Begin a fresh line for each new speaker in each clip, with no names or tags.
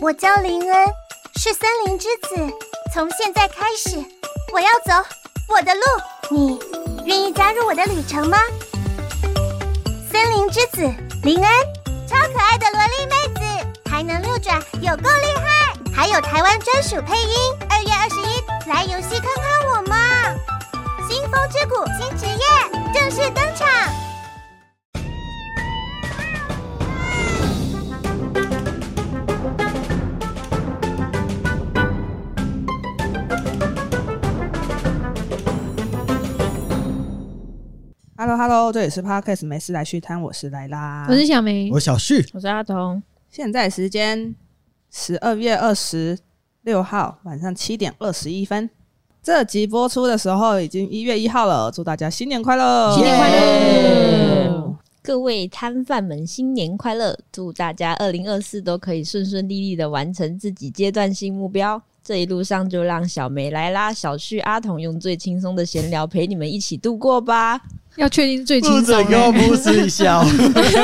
我叫林恩，是森林之子。从现在开始，我要走我的路。你愿意加入我的旅程吗？森林之子林恩，超可爱的萝莉妹子，还能六转，有够厉害！还有台湾专属配音。二月二十一，来游戏看看我嘛！新风之谷新职业正式登场。
Hello Hello，这里是 Podcast 没事来续摊，我是莱拉。
我是小明，
我小旭，
嗯我是阿童，
现在时间十二月二十六号晚上七点二十一分。这集播出的时候已经一月一号了，祝大家新年快乐！
新年快
耶
乐！
各位摊贩们，新年快乐！祝大家二零二四都可以顺顺利利的完成自己阶段性目标。这一路上就让小梅来啦，小旭、阿童用最轻松的闲聊陪你们一起度过吧。
要确定最
不
轻松
准给我
的。
噗嗤一笑，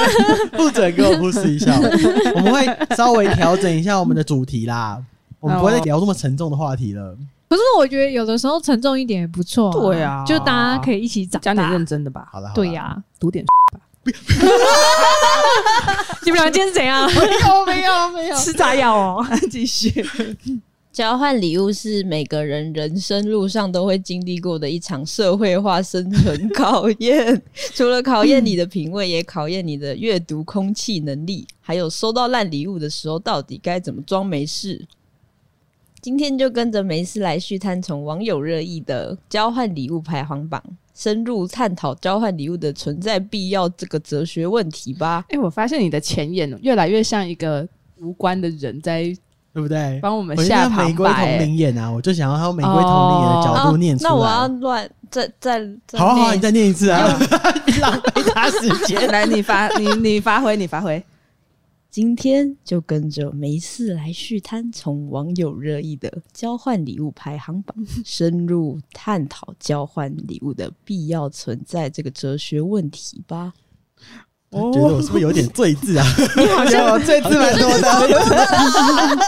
不准给我噗嗤一哦笑。 我们会稍微调整一下我们的主题啦，我们不会再聊这么沉重的话题了。
可是我觉得有的时候沉重一点也不错、
对啊
就大家可以一起长
讲点
大
认。真啊的吧，
好了，好啦
对呀、，
读点
你们俩今天 怎样？啊
没有没有，
吃炸药哦？
继续。
交换礼物是每个人人生路上都会经历过的一场社会化生存考验，除了考验你的品味，也考验你的阅读空气能力，还有收到烂礼物的时候到底该怎么装没事。今天就跟着没事来续摊，从网友热议的交换礼物排行榜，深入探讨交换礼物的存在必要这个哲学问题吧。
哎、我发现你的前言哦越来越像一个无关的人在
对不对？
帮我们
我一定
下
要
旁
玫瑰同
白、
龄眼啊，我就想要他用玫瑰同龄眼的角度念出来。
哦
啊
那我要乱再再再
好啊好啊，
念
你再念一次啊， 浪费他时间。
来，你发你你发挥，你发挥。
今天就跟着没事来续摊，从网友热议的交换礼物排行榜， 深入探讨交换礼物的必要存在这个哲学问题吧。
我觉得我是不是有点醉字啊？你好像醉字蛮多 的。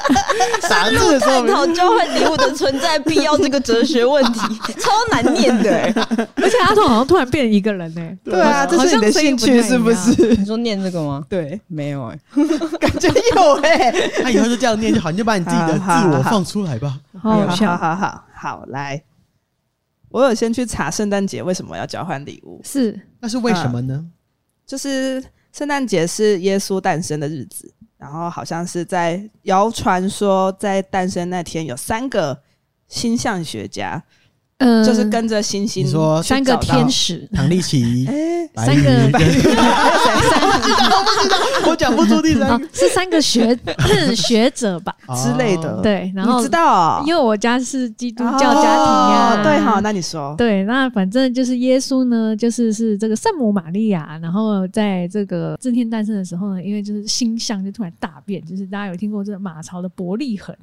打字的时候
探讨交换礼物的存在必要这个哲学问 题，超难念的、欸。
而且阿童好像突然变一个人呢、
对啊，
好
这是
像
你的兴趣是不
声音
是？
你说念这个吗？
对，
没有哎、
感觉有哎、
他以后就这样念就好，你就把你自己的自我放出来吧。
好哦好
好
笑。
好好 好，来，我有先去查圣诞节为什么要交换礼物，
是
那是为什么呢？
就是圣诞节是耶稣诞生的日子，然后好像是在谣传说在诞生那天有三个星象学家，
嗯
就是跟着星星
你说
三个天 使，
唐立奇、
嗯哎
白
三个
宇
白
跟 我讲不出第
啊 是
三个、
三个学嗯学者吧？
之类的
哦
对，然后
你知道、哦，
因为我家是基督教家庭啊呀、
哦对哈，那你说
对，那反正就是耶稣呢，就是是这个圣母玛利亚，然后在这个正天诞生的时候呢，因为就是星象就突然大变，就是大家有听过这个马槽的伯利恒，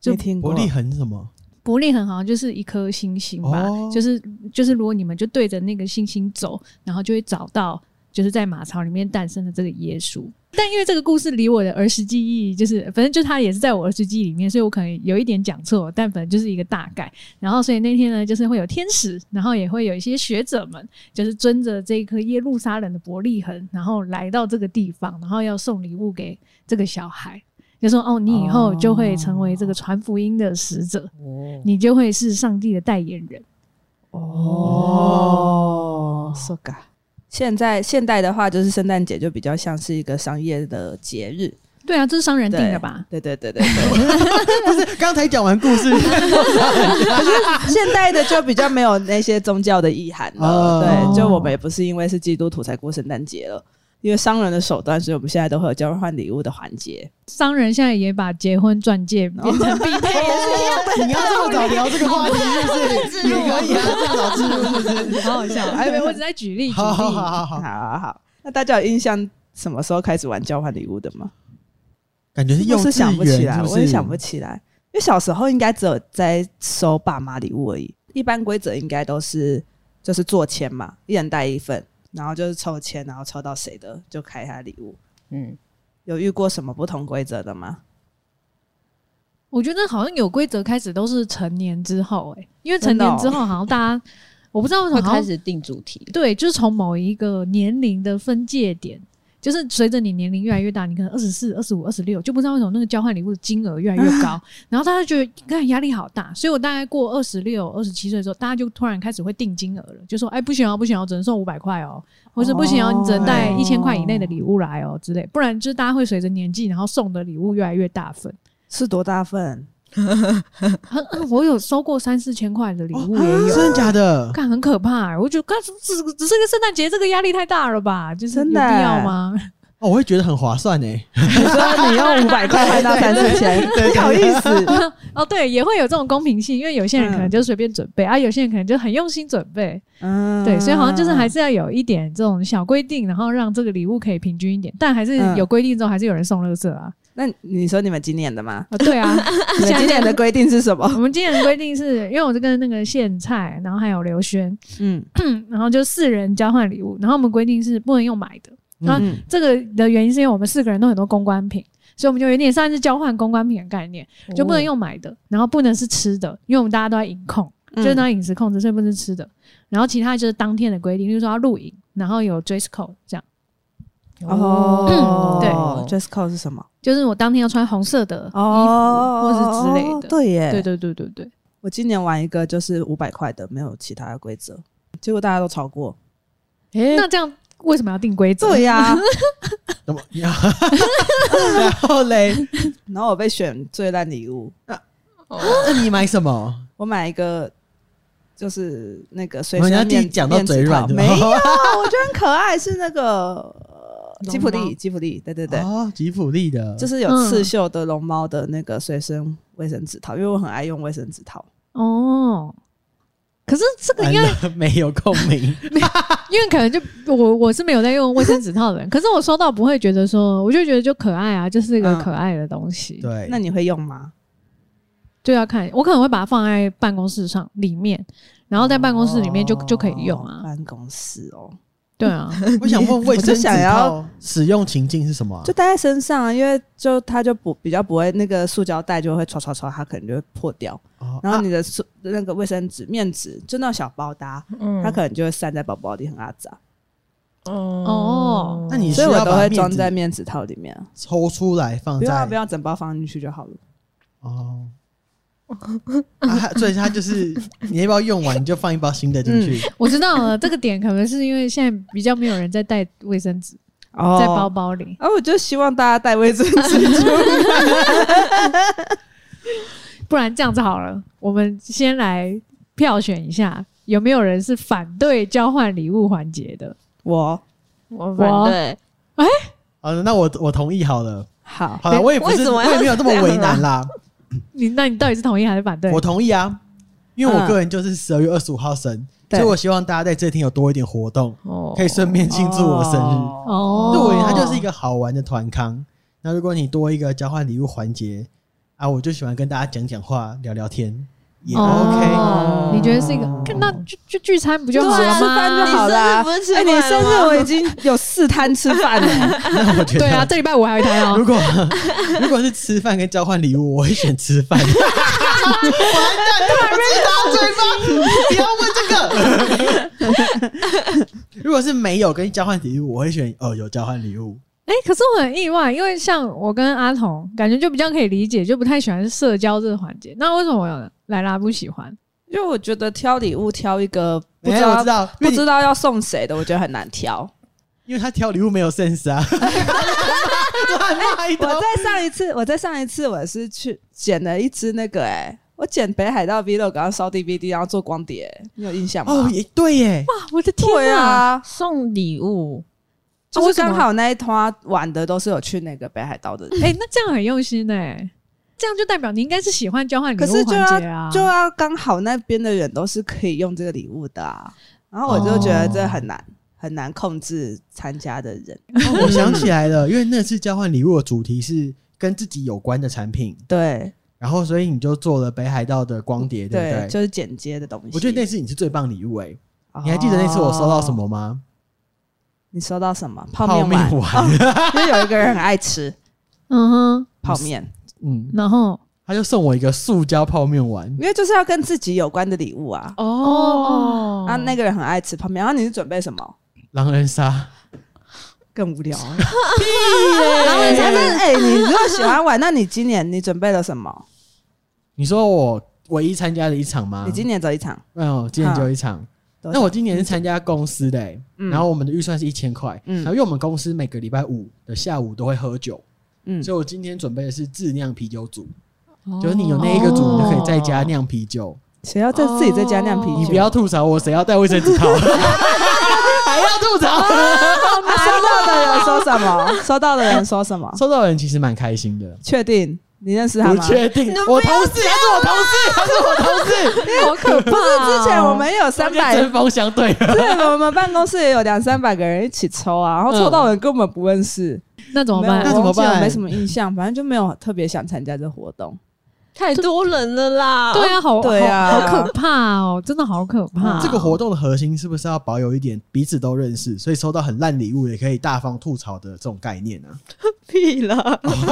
就
没听过
伯利恒是 什么？
伯利恒好像就是一颗星星吧，
哦
就是就是如果你们就对着那个星星走，然后就会找到就是在马槽里面诞生的这个耶稣。但因为这个故事离我的儿时记忆，就是反正就它也是在我儿时记忆里面，所以我可能有一点讲错，但反正就是一个大概。然后所以那天呢，就是会有天使，然后也会有一些学者们，就是遵着这颗耶路撒冷的伯利恒，然后来到这个地方，然后要送礼物给这个小孩，就说哦，你以后就会成为这个传福音的使者。你就会是上帝的代言人。
哦，so ga。现在现代的话，就是圣诞节就比较像是一个商业的节日，
对啊，这是商人定
对
的吧？？
对对对对对，
刚才讲完故 事，
现代的就比较没有那些宗教的意涵了。
哦
对，就我们也不是因为是基督徒才过圣诞节了，因为商人的手段，所以我们现在都会有交换礼物的环节。
商人现在也把结婚钻戒变成必备。
你要这么早聊这个话题 是不是？也可以啊，这么早置入是不是？
好好笑，哎，没有我只在举例举
好好好
例。
好
好
好，
好好，那大家有印象什么时候开始玩交换礼物的吗？
感觉是幼
我是
稚园，
想不起来，
是
我也想不起来，因为小时候应该只有在收爸妈礼物而已。一般规则应该都是就是做签嘛，一人带一份，然后就是抽签，然后抽到谁的就开他礼物。
嗯，
有遇过什么不同规则的吗？
我觉得好像有规则开始都是成年之后、欸，哎，因为成
真的哦
年之后好像大家，我不知道好
会
像
开始定主题。
对，就是从某一个年龄的分界点，就是随着你年龄越来越大，你可能二十四、二十五、二十六，就不知道为什么那个交换礼物的金额越来越高，然后大家觉得应该压力好大，所以我大概过二十六、二十七岁的时候，大家就突然开始会定金额了，就说哎不行哦，不行哦，只能送五百块哦，或者不行哦，你只能带
哦
一千块以内的礼物来哦之类，不然就是大家会随着年纪，然后送的礼物越来越大份。
是多大份？
我有收过三四千块的礼物也有。
真的 假的？
看很可怕、欸，我觉得干只只只是个圣诞节，这个压力太大了吧？就是有
真
必
的
要吗？
哦，我会觉得很划算欸呢。
你说你用五百块换到三四千，你好意思？
哦，对，也会有这种公平性，因为有些人
嗯
可能就随便准备、啊，有些人可能就很用心准备，
嗯，
对，所以好像就是还是要有一点这种小规定，然后让这个礼物可以平均一点，但还是
嗯
有规定之后，还是有人送垃圾啊。
那你说你们今年的 吗？
啊，对啊，
你们今年的规定是什么？
我们今年的规定是因为我是跟那个苋菜，然后还有刘轩，
嗯
然后就四人交换礼物，然后我们规定是不能用买的。那
嗯，
这个的原因是因为我们四个人都很多公关品，所以我们就有点算是交换公关品的概念，
哦
就不能用买的，然后不能是吃的，因为我们大家都在饮
嗯
控，就是当饮食控制，所以不能吃的。然后其他就是当天的规定，就是说要录影，然后有 dress code 这样。
嗯
哦，
嗯对
，dress code 是什么？
就是我当天要穿红色的衣服，或是之类的。
哦对耶，
对对对对对，
我今年玩一个就是五百块的，没有其他的规则，结果大家都超过。
诶
那这样为什么要定规则？
对 呀、
怎么？ 然后嘞，
然后我被选最烂礼物，
那你买什么？
我买一个就是那个随
人家
身
自己
面
讲到嘴软的，
面纸套没有，哦我觉得很可爱，是那个呃
龙
吉普
猫嗯
力，吉普力，对对对，
哦，吉普力的，
就是有刺绣的龙猫的那个随身卫生纸套，因为我很爱用卫生纸套。
哦。可是这个应该，
完了没有共 鸣。
因为可能就我我是没有在用卫生纸套的人，可是我收到不会觉得说，我就觉得就可爱啊，就是一个
嗯
可爱的东西。
对，
那你会用吗？
就要看，我可能会把它放在办公室上里面，然后在办公室里面就、就可以用
哦
啊。
办公室哦，
对啊，
我想问
我
卫生
就
纸
想要
套使用情境是什么啊？
就带在身上啊，因为就它就不比较不会那个塑胶袋就会唰唰唰，它可能就会破掉。
哦
然
啊
后你的塑、那个卫生纸、面纸，就那种小包搭，
嗯
它可能就会散在包包里，很阿杂，
哦
嗯那你需
所以我
要
都
把
会
面
装
纸
在面纸套里面啊。
抽出来放
不
在
用啊不用啊，整包放进去就好了。
哦。啊它所以 它就是你要不要用完你就放一包新的进去，
嗯
我知道了，这个点可能是因为现在比较没有人在带卫生纸
哦
在包。包里，
啊，我就希望大家带卫生纸 出门。
不然这样子好了，我们先来票选一下，有没有人是反对交换礼物环节的？
我
我
我
反对，
好的，那我我同意好了。
好，
好了，我也不
为
是，
什么
我
要
也没有这么为 难啦。
你那你到底是同意还是反对？
我同意啊，因为
嗯
我个人就是十二月二十五号生，
对
所以我希望大家在这天有多一点活动，
哦
可以顺便庆祝我生日。
哦
哦，
对我而言，它就是一个好玩的团康。那如果你多一个交换礼物环节啊，我就喜欢跟大家讲讲话、聊聊天，也 OK。
哦你觉得是一个？那就就聚餐不就好
对
了
啊吃饭就
吗？
好啦
你生日不是吃
哎，你
饭了
生日
吗
我已经有四摊吃饭了。
那我觉
对啊，
得，
这礼拜五还有一台哦
如。果如果是吃饭跟交换礼物，我会选吃饭。完蛋，我知道嘴巴，你要问这 个。如果是没有跟交换礼物，我会选哦有交换礼物。
哎、可是我很意外，因为像我跟阿童，感觉就比较可以理解，就不太喜欢社交这个环节。那为什么我莱拉不喜欢？
因为我觉得挑礼物挑一个不知
哎我
道
知道，因
啊不
为你
知道要送谁的，我觉得很难挑。
因为他挑礼物没有 sense 啊，乱骂一
我
通。
在啊上一次，我在上一次我是去捡了一只那个、哎，我捡北海道 V 六，刚刚烧 DVD，然后做光碟、你有印象吗？
哦，也对耶，
啊，我的天
对
啊！
啊，
送礼物，
啊
就
为
是
什么
刚好那一团玩的都是有去那个北海道的，
哎、那这样很用心哎、这样就代表你应该是喜欢交换礼
可是
物
就
环节
要、
啊。
就要刚好那边的人都是可以用这个礼物的啊。然后我就觉得这很难、很难控制参加的人，
哦我想起来了，因为那次交换礼物的主题是跟自己有关的产品，
对
然后所以你就做了北海道的光碟，
对
对不对？
就是剪接的东西。
我觉得那次你是最棒礼物哎、你还记得那次我收到什
哦？
么吗？
你收到什么？泡
泡
面
面
碗，哦
碗，
因为有一个人很爱吃
嗯哼，
泡面。
嗯，
然后
他他就送我一个塑胶泡面碗，
因为就是要跟自己有关的礼物啊。
哦
啊，那个人很爱吃泡面，然后你是准备什么？
狼人杀，
更无聊 啊。然后人家问，哎，你如果喜欢玩，那你今年你准备了什么？
你说我唯一参加的一场吗？
你今年走一场，
没有，今年就一场。
嗯多
那
少
我今年是参加公司的、欸，
嗯
然后我们的预算是一千块，
嗯
然后因为我们公司每个礼拜五的下午都会喝酒，
嗯
所以我今天准备的是自酿啤酒组，
哦
就是你有那一个组，你就可以在家酿啤酒。
谁要在自己在家酿啤酒？
哦你不要吐槽我，谁要带卫生纸套？还要吐 槽？
啊收到的人说什么？收到的人说什 么？
收到的人其实蛮开心的，
确定啊你认识他
不
吗？
确定。我同事，他是我同事，他是我同事，
好可怕、
不是之前我们也 有三
他
百
跟，针锋相对。
对，我们办公室也有两三百个人一起抽啊，然后抽到的人根本不认识，
那怎么
没有
办？
那怎么
我忘记了
办
没什么印象，反正就没有特别想参加这活动。
太多人了啦。
对啊，好
对啊
好好可怕哦，真的好可怕。
这个活动的核心是不是要保有一点彼此都认识，所以收到很烂礼物也可以大方吐槽的这种概念啊？
屁啦，
没有。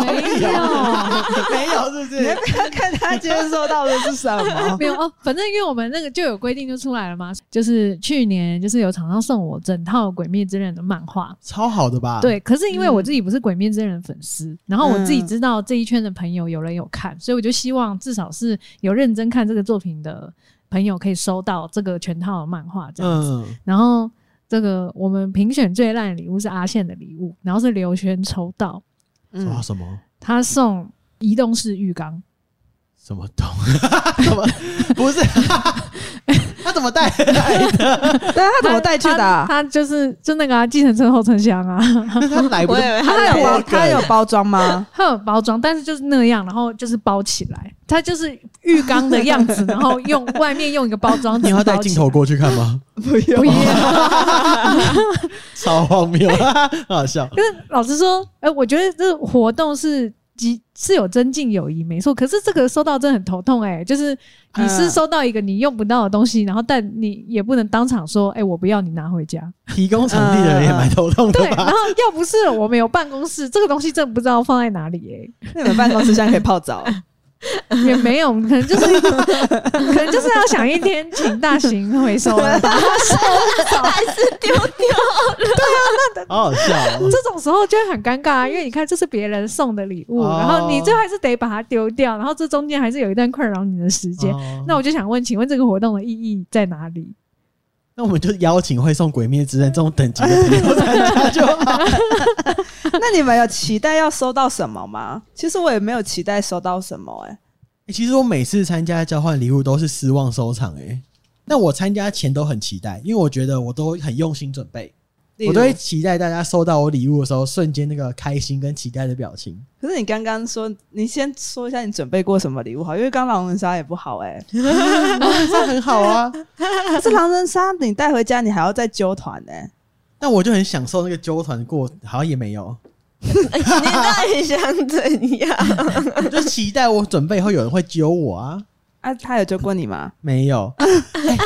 没
你要
有，是不是？
不要看他今天收到的是什么
没？有哦，反正因为我们那个就有规定就出来了嘛，就是去年就是有厂商送我整套《鬼灭之刃》的漫画，
超好的吧？，嗯
对，可是因为我自己不是《鬼灭之刃》粉丝，然后我自己知道这一圈的朋友有人有看，所以我就希望至少是有认真看这个作品的朋友可以收到这个全套的漫画这样子。
嗯，
然后这个我们评选最烂的礼物是阿宪的礼物，然后是刘轩抽到，
哇，
嗯，
什么
他送移动式浴缸，
什么东？什么？不是？他怎么带？
对，他怎么带去的
他
啊？
他就是就那个啊，计程车后车厢啊，
那他来不
我以？为哎他
他有包，
两个
他有包装吗？
它有包装，但是就是那样，然后就是包起来，它就是浴缸的样子，然后用外面用一个包装纸包起来。
你要带镜头过去看吗？
不用
不要。
超荒谬，很好笑。
老实说，哎、我觉得这个活动是极是有增进友谊，没错。可是这个收到真的很头痛、哎，就是你是
嗯
收到一个你用不到的东西，然后但你也不能当场说，哎、我不要，你拿回家。
提供场地的人也蛮头痛
对，
的
然
吧？
后要不是我们有办公室，这个东西真的不知道放在哪里、哎。
那你们办公室现在可以泡澡，啊
也没有，可能就是可能就是要想一天，请大型回收啊了吧。
好好笑哦。
这种时候就会很尴尬、啊，因为你看这是别人送的礼物，
哦
然后你最后还是得把它丢掉，然后这中间还是有一段困扰你的时间。
哦
那我就想问，请问这个活动的意义在哪里？
那我们就邀请会送《鬼灭之刃》这种等级的朋友参加就好。
那你们有期待要收到什么吗？其实我也没有期待收到什么、哎，
欸其实我每次参加交换礼物都是失望收场哎、欸，但我参加前都很期待，因为我觉得我都很用心准备，
例如
我都会期待大家收到我礼物的时候瞬间那个开心跟期待的表情。
可是你刚刚说，你先说一下你准备过什么礼物好，因为刚狼人杀也不好 哎、
哦这很好啊，
可是狼人杀你带回家，你还要再揪团欸呢、
但我就很享受那个纠团过，好像也没有，
哎你到底想怎样？
我就期待我准备以后有人会揪我啊，
啊，他有揪过你吗？
没有。欸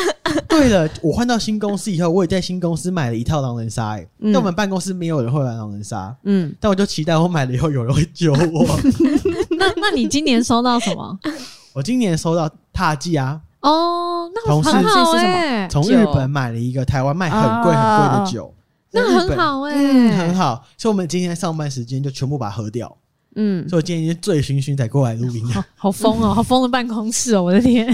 对了，我换到新公司以后，我也在新公司买了一套狼人杀、欸，
嗯
但我们办公室没有人会玩狼人杀，
嗯，
但我就期待我买了以后有人会揪我。
那那你今年收到什么？
我今年收到踏迹啊，
哦，那
同事
很好
是什么
哎、
从日本买了一个台湾卖很贵很贵的酒，
那
在日
很
本、
好哎、
嗯很好。所以我们今天上班时间就全部把它喝掉，
嗯，
所以我今天醉醺醺才过来录音的，
好好疯哦，好疯的办公室哦，我的 天！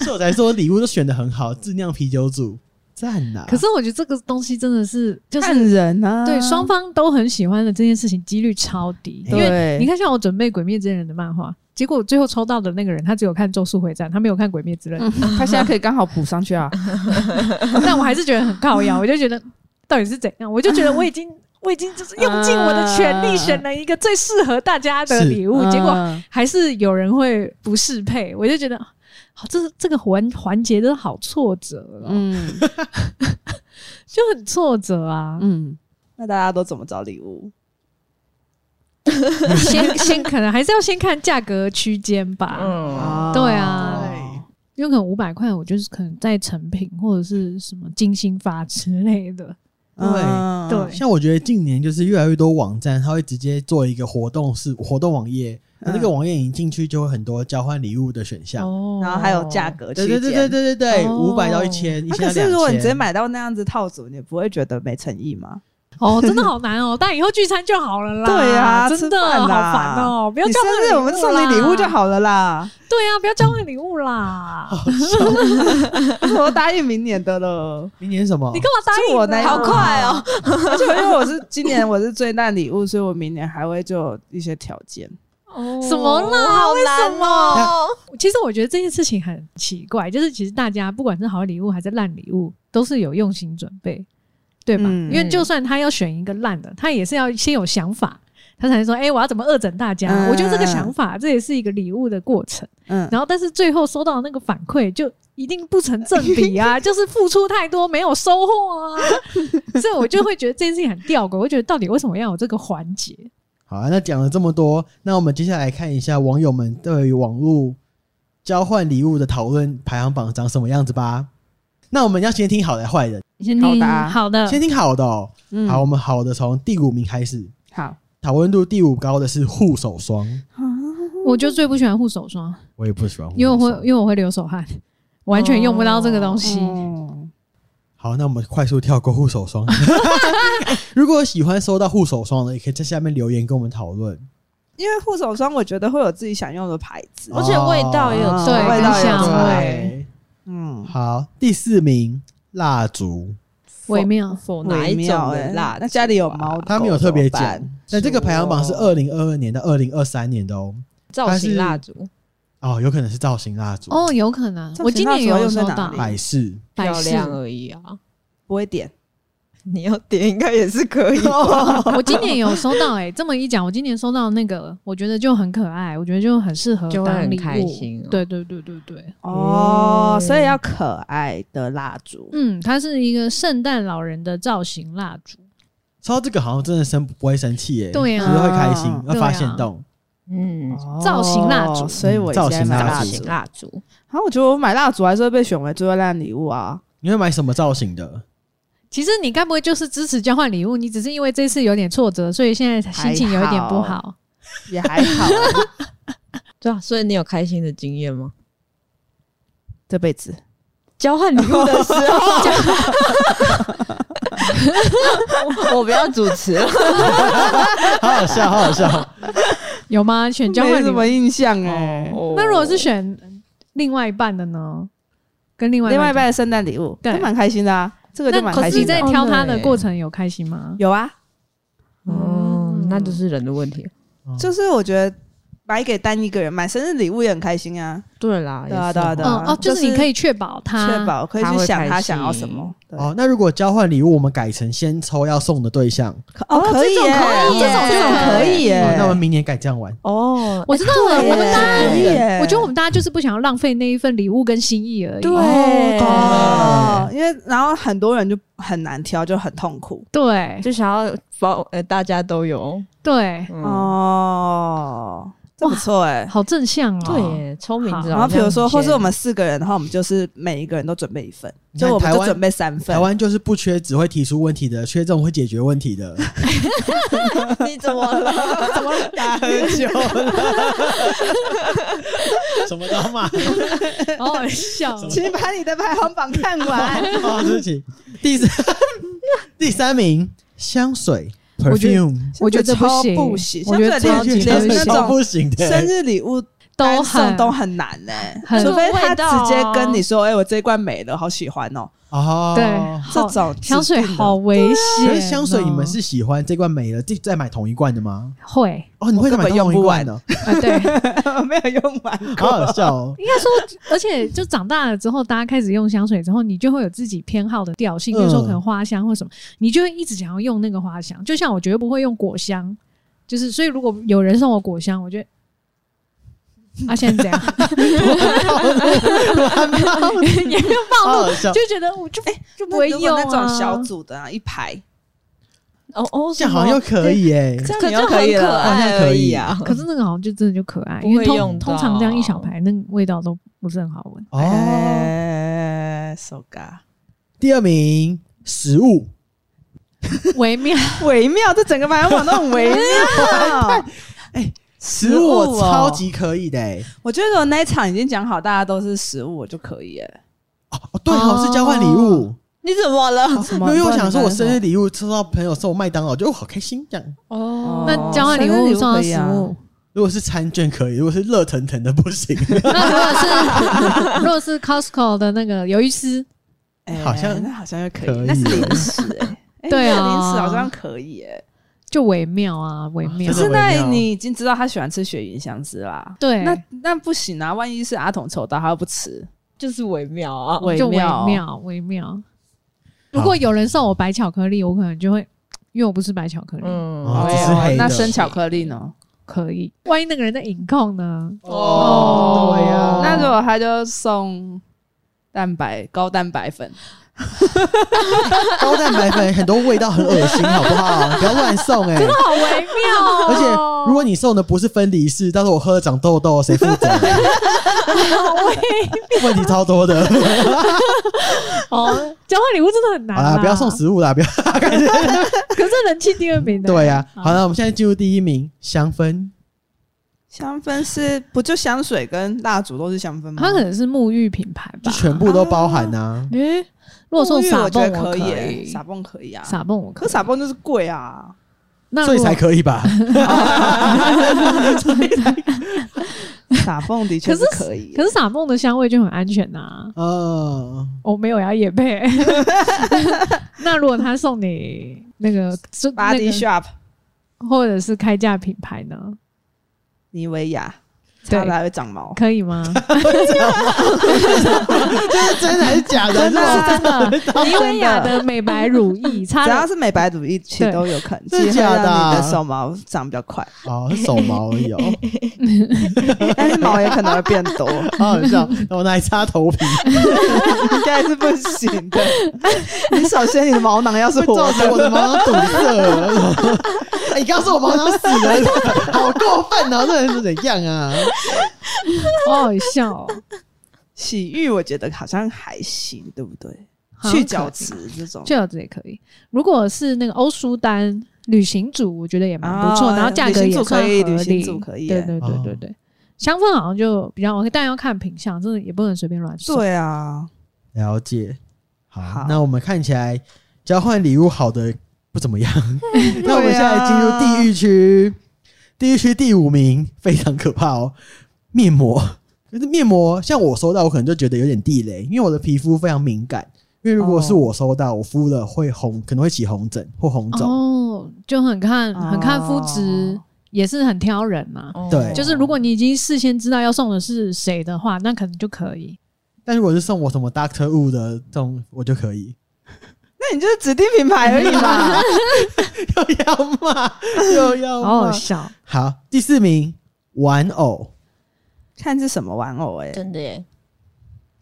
所以我才说礼物都选的很好，自酿啤酒组赞啊呐、
可是我觉得这个东西真的是，就是
看人啊，
对双方都很喜欢的这件事情几率超低，因为
对
你看，像我准备《鬼灭之刃》的漫画，结果最后抽到的那个人，他只有看《咒术回战》，他没有看《鬼灭之刃》
嗯他现在可以刚好补上去啊。
但我还是觉得很靠腰，我就觉得到底是怎样？我就觉得我已经 我已经就是用尽我的全力选了一个最适合大家的礼物，结果
嗯
还是有人会不适配，我就觉得。好，这这个环环节真的好挫折哦、
嗯
就很挫折啊。
嗯，那大家都怎么找礼物？嗯
先先可能还是要先看价格区间吧。
嗯，
对啊
对
因为可能五百块，我就是可能在成品或者是什么金星发之类的。
对
嗯
对
像我觉得近年就是越来越多网站，它会直接做一个活动是活动网页，
嗯
那个网页你进去就会很多交换礼物的选项。
哦
然后还有价。格区
对
间。
对对对对对对，
哦
五百到一千，一
啊可
千到
是如果你直接
两千。
买到那样子套组，你不会觉得没诚意吗？
哦，真 的好难哦！但以后聚餐就好了啦。
对啊，
真的
吃饭
好
啦
烦哦！不要
你
交
生
换
日
礼
我们送你礼物就
啦。
好了 哦啦，
对啊，不要交换礼物啦！
我答应明年的 了。
明年什么？
你干嘛答
就
应
我
啊？
那一
好快哦！
而且因为我是今年我是最烂礼物，所以我明年还会就有一些条件。
什么啦？
好难哦！
其实我觉得这件事情很奇怪，就是其实大家不管是好礼物还是烂礼物，都是有用心准备，对吧？
嗯
因为就算他要选一个烂的，他也是要先有想法，他才能说，哎、我要怎么恶整大家？
嗯
我觉得这个想法，这也是一个礼物的过程。
嗯，
然后，但是最后收到的那个反馈就。一定不成正比啊！就是付出太多没有收获啊，所以我就会觉得这件事情很吊诡。我觉得到底为什么要有这个环节？
好啊，那讲了这么多，那我们接下来看一下网友们对于网络交换礼物的讨论排行榜长什么样子吧。那我们要先听好的坏的，
先
好
听
的啊
好的，
先听好的、哦。
嗯
好，我们好的从第五名开始，
好，
讨论度第五高的是护手霜，
我就最不喜欢护手霜，
我也不喜欢护手
因为我
霜。
会因为我会流手汗，完全用不到这个东西。
嗯
好，那我们快速跳过护 手霜。 欸如果喜欢收到护手霜的，也可以在下面留言跟我们讨论。
因为护手霜我觉得会有自己想用的牌子。
哦
而且味道也有
哦
对
味道
跟香
有
味
对。嗯，
好，第四名蜡烛，
微妙
否哪
微
一
妙
种
哎
的辣？
那家里
啊
有猫，
他没有特别
狗怎么办哦
讲。那这个排行榜是
说
哦
二零二二年到二零二三年的哦。
造型蜡烛，
哦，有可能是造型蜡烛
哦，有可能
造，型
我今年也有
蜡烛
收
要用
到
在哪里
百事。
百
漂
事，
亮而已啊！
不会点。
你要点应该也是可以吧，
我今年有收到哎、这么一讲，我今年收到那个，我觉得就很可爱，我觉得就很适合
就会
当
很
礼物
开心哦
对对对对对，
哦，所以要可爱的蜡烛。
嗯，它是一个圣诞老人的造型蜡烛，
抽到这个好像真的生不会生气耶，
对
只
啊
是会开心，
嗯
要发现动。
嗯，
哦
造型蜡烛
所以我
嗯造型
现在买
蜡
造
烛
型蜡烛，
啊，我觉得我买蜡烛还是会被选为最烂礼物啊。
你会买什么造型的？
其实你该不会就是支持交换礼物？你只是因为这次有点挫折，所以现在心情有一点不
还
好。
也还好，啊
对啊，所以你有开心的经验吗？
这辈子
交换礼物的时候， 我不要主持 了，
好好笑，好 好笑。
有 吗？选交换
没
礼
什
物哦
么印象哎、
哦
那如果是选另外一半的呢？跟另外
另外一
半
半的圣诞礼物，
对
都蛮开心的啊，这个就蛮
那可
开
是你
心的
在
啊。
挑他的过程有开心吗？
有啊，
哦，那就是人的问题。
哦
就是我觉得买给单一个人买生日礼物也很开心啊，
对啦，
对啊
也是
对啊
哦
对
嗯
啊
哦，就是
就是
你可以确保他
确保可以去想他
他会开心
想要什么。对
哦，那如果交换礼物，我们改成先抽要送的对象，
哦，可以耶，
可以耶
啊这种可以
哦那我
耶。
们明年改这样玩。
哦，
我知道了，
对耶
我们大
可以耶
家，我觉得我们大家就是不想要浪费那一份礼物跟心意而已。
对
哦
哦，因为然后很多人就很难挑，就很痛苦。
对
就想要包呃，大家都有
对，
嗯
哦，
哦，这不错哎。
好正向哦。
对耶，抽名字好像先，
然后比如说，或是我 们四个人的话，我们就是每一个人都准备一份，
你看
就我们
台
就
湾
准备三份
台。湾就是不缺只会提出问题的，缺这种会解决问题 的。
你怎么 了？怎么了？
打喝酒了，什么都 买。
好好笑哦。
请把你的排行榜看 完。
哦，对不起，第三第三名香水
我觉得
perfume，
我觉得不
超
行
不行，
我觉得
像这
超级
连
不
连那
行
超
种
不行的。
生日礼物
都
单送
很
都很难呢、
很
除非他
味道啊
直接跟你说：“哎、我这一罐没了，好喜欢哦。
哦，
对，
这
好
种
香水
指定的
啊好危
可
险哦。
是香水你们是喜欢这罐没了，再再买同一罐的吗？
会
哦，你会再买同一罐的，
啊？对，
没有用完
好
过。
好笑 哦。
应该说，而且就长大了之后，大家开始用香水之后，你就会有自己偏好的调性，
嗯
比如说可能花香或什么，你就会一直想要用那个花香。就像我绝对不会用果香，就是所以如果有人送我果香，我觉得。啊，现 在怎样？也没有
好
暴
好
露，
笑，
就觉得我就就不会
哎那如
用
果
啊
那种小组的啊，一排，
哦哦，
这样好像又可以耶。
这样
可
你又
就
可
很
以
可
了。
好像
爱
可
而
以
已啊。
可是那个好像就真的就可爱，
不会
因为通
用到
通常这样一小排，那个味道都不是很好 闻。
哦，
哎，so ga，
第二名食物，
微妙，
哦微妙，这整个排行榜都很微妙。
哎，食物我超级可以的、欸
我觉得我那一场已经讲好，大家都是食物，我就可以耶。
哦，对哦，啊是交换礼物。哦
你怎么了？
什
因
么
为我想说，我生日
日
礼物收到朋友送我麦当劳，就哦好开心这样。
哦
那交换礼物送到
可以
食
啊
物，
如果是餐券可以，如果是热腾腾的不 行，
那如果是如果是 Costco 的那个鱿鱼丝，
哎
好像
那好像又可
可以
以，那是零食哎。哎
对啊
那个零食好像可以哎。
就微妙啊，微妙
可
真。的
是
微
那
妙
你已经知道他喜欢吃雪云香枝啦。
对，
那那不行啊！万一是阿童抽到，他又不吃，
就是微妙啊。
微
哦就微
妙。
妙微妙。如果有人送我白巧克力，我可能就会，因为我不吃白巧克力，
嗯
哦
哦
只是黑的
那生巧克力呢？
可以。万一那个人在饮控呢？
哦对呀
那如果他就送蛋白高蛋白粉，
高蛋白粉很多味道很恶心，好不好？不要乱送 哎、
好微妙、哦，
而且如果你送的不是分离式，到时候我喝了长痘痘，谁负 责？问题超 多的。
哦，交换礼物真的很难
好啦，不要送食物啦，不要。
啊
可是人气第二名的，
对呀、好
好
了，我们现在进入第一名，香氛。
香氛是不就香水跟蜡烛都是香氛吗？
它可能是沐浴品牌
就
吧。
全部都包含啊呐、
诶、如果送
沐浴
撒
我觉
泵
得可
以，
撒泵可以啊。
撒泵我可
可撒泵就是贵啊，
那
所以
如果
才可以 吧？
撒泵的确
可
是
是
可以。
可是撒泵的香味就很安全呐、啊
嗯，
我没有要 野配。那如果他送你那 个就那
Body
个，
Shop、
或者是开价品牌呢？
妮维雅，
对
擦了还会长毛。
可以 吗？
这是真的还是假 的？
真
啊
的
这
是 真的，妮维雅的美白乳
只
液，擦
要
了
是美白乳液，其实
对
都有可能，
真的
其实会
假的啊
让你的手毛长比较快，
是哦，是手毛而已哦，
但是毛也可能会变 多，
好好笑。那我拿来擦头皮，
应该是不行 的。你首先你的毛囊要是
会
活
造成我
的，
的毛囊堵 塞。哎你刚说我毛囊死了，好过分哦！这人是怎样啊？
好好笑、哦，
洗浴我觉得好像还行，对不对？
好像
去
可
角
以
质这种，
这样子也可以。如果是那个欧舒丹旅行组，我觉得也蛮不错，
哦
然后价格
旅
也
行组
算
可以
合理
旅行组可以耶哎
对对对对对，香氛好像就比较 OK，但要看品相，真的也不能随便乱送。
对啊，
了解。好，
好
那我们看起来交换礼物好的不怎么样。那我们现在进入地狱区，地狱区第五名非常可怕哦，面膜。可是面膜，像我收到，我可能就觉得有点地雷，因为我的皮肤非常敏感。因为如果是我收到，我敷了会红，可能会起红疹或红肿。
哦，就很看
哦
很看肤质，也是很挑人嘛。
哦
对
就是如果你已经事先知道要送的是谁的话，那可能就可以。
但如果是送我什么 Doctor Wu 的这种，我就可以。
那你就是指定品牌而已 嘛。
又要骂，又
哦
要
好
骂。
好笑，
好，第四名玩偶。
看是什么玩偶哎、
真的耶，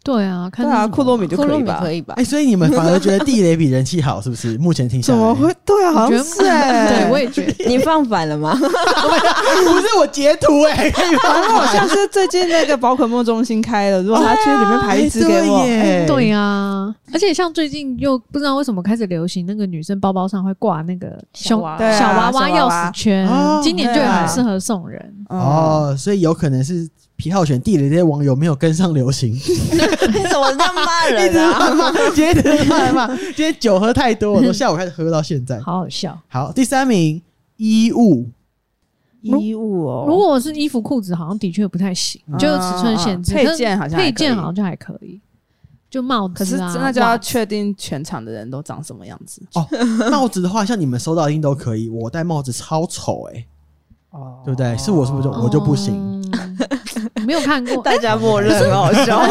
对啊，看
对
是
啊，
什么
库洛米就
克
可
洛
以
米
吧
可？以吧
哎、？所以你们反而觉得地雷比人气好，是不是？目前听下
怎
来，
么会？对啊，
我
好
觉
像
得
是哎、
对，我也觉得。
你放反了吗？
不是我截图 哎、可以
反正
吗？
我像是最近那个宝可梦中心开了，如 果他去里面排一只给我，
哎
嗯对啊呀、而且像最近又不知道为什么开始流行那个女生包包上会挂那个
小
胸
娃娃
对啊
小娃
小娃
娃
娃
钥匙圈，
哦
今年就
对啊
很适合送人。
嗯，
哦，所以有可能是皮浩选地雷这些网友没有跟上流行，
你怎么这样骂
一
人
直
啊？
骂骂，今天一直骂骂，今天酒喝太多，我从下午开始喝到现
啊
在。
好好笑。
好，第三名衣物，
衣物哦，
如果我是衣服裤子，好像的确不太行，就有尺寸限
嗯
制。
嗯嗯
可是
配件好像还可以
配件好像就还可以，就帽
可是
子啊，
真的就要
袜子
确定全场的人都长什么样子
帽子的话，像你们收到一定都可以，我戴帽子超丑哎、
哦
对不对？是我是不是就我就不行？
嗯 没有看过，
大家默认很好 笑，
好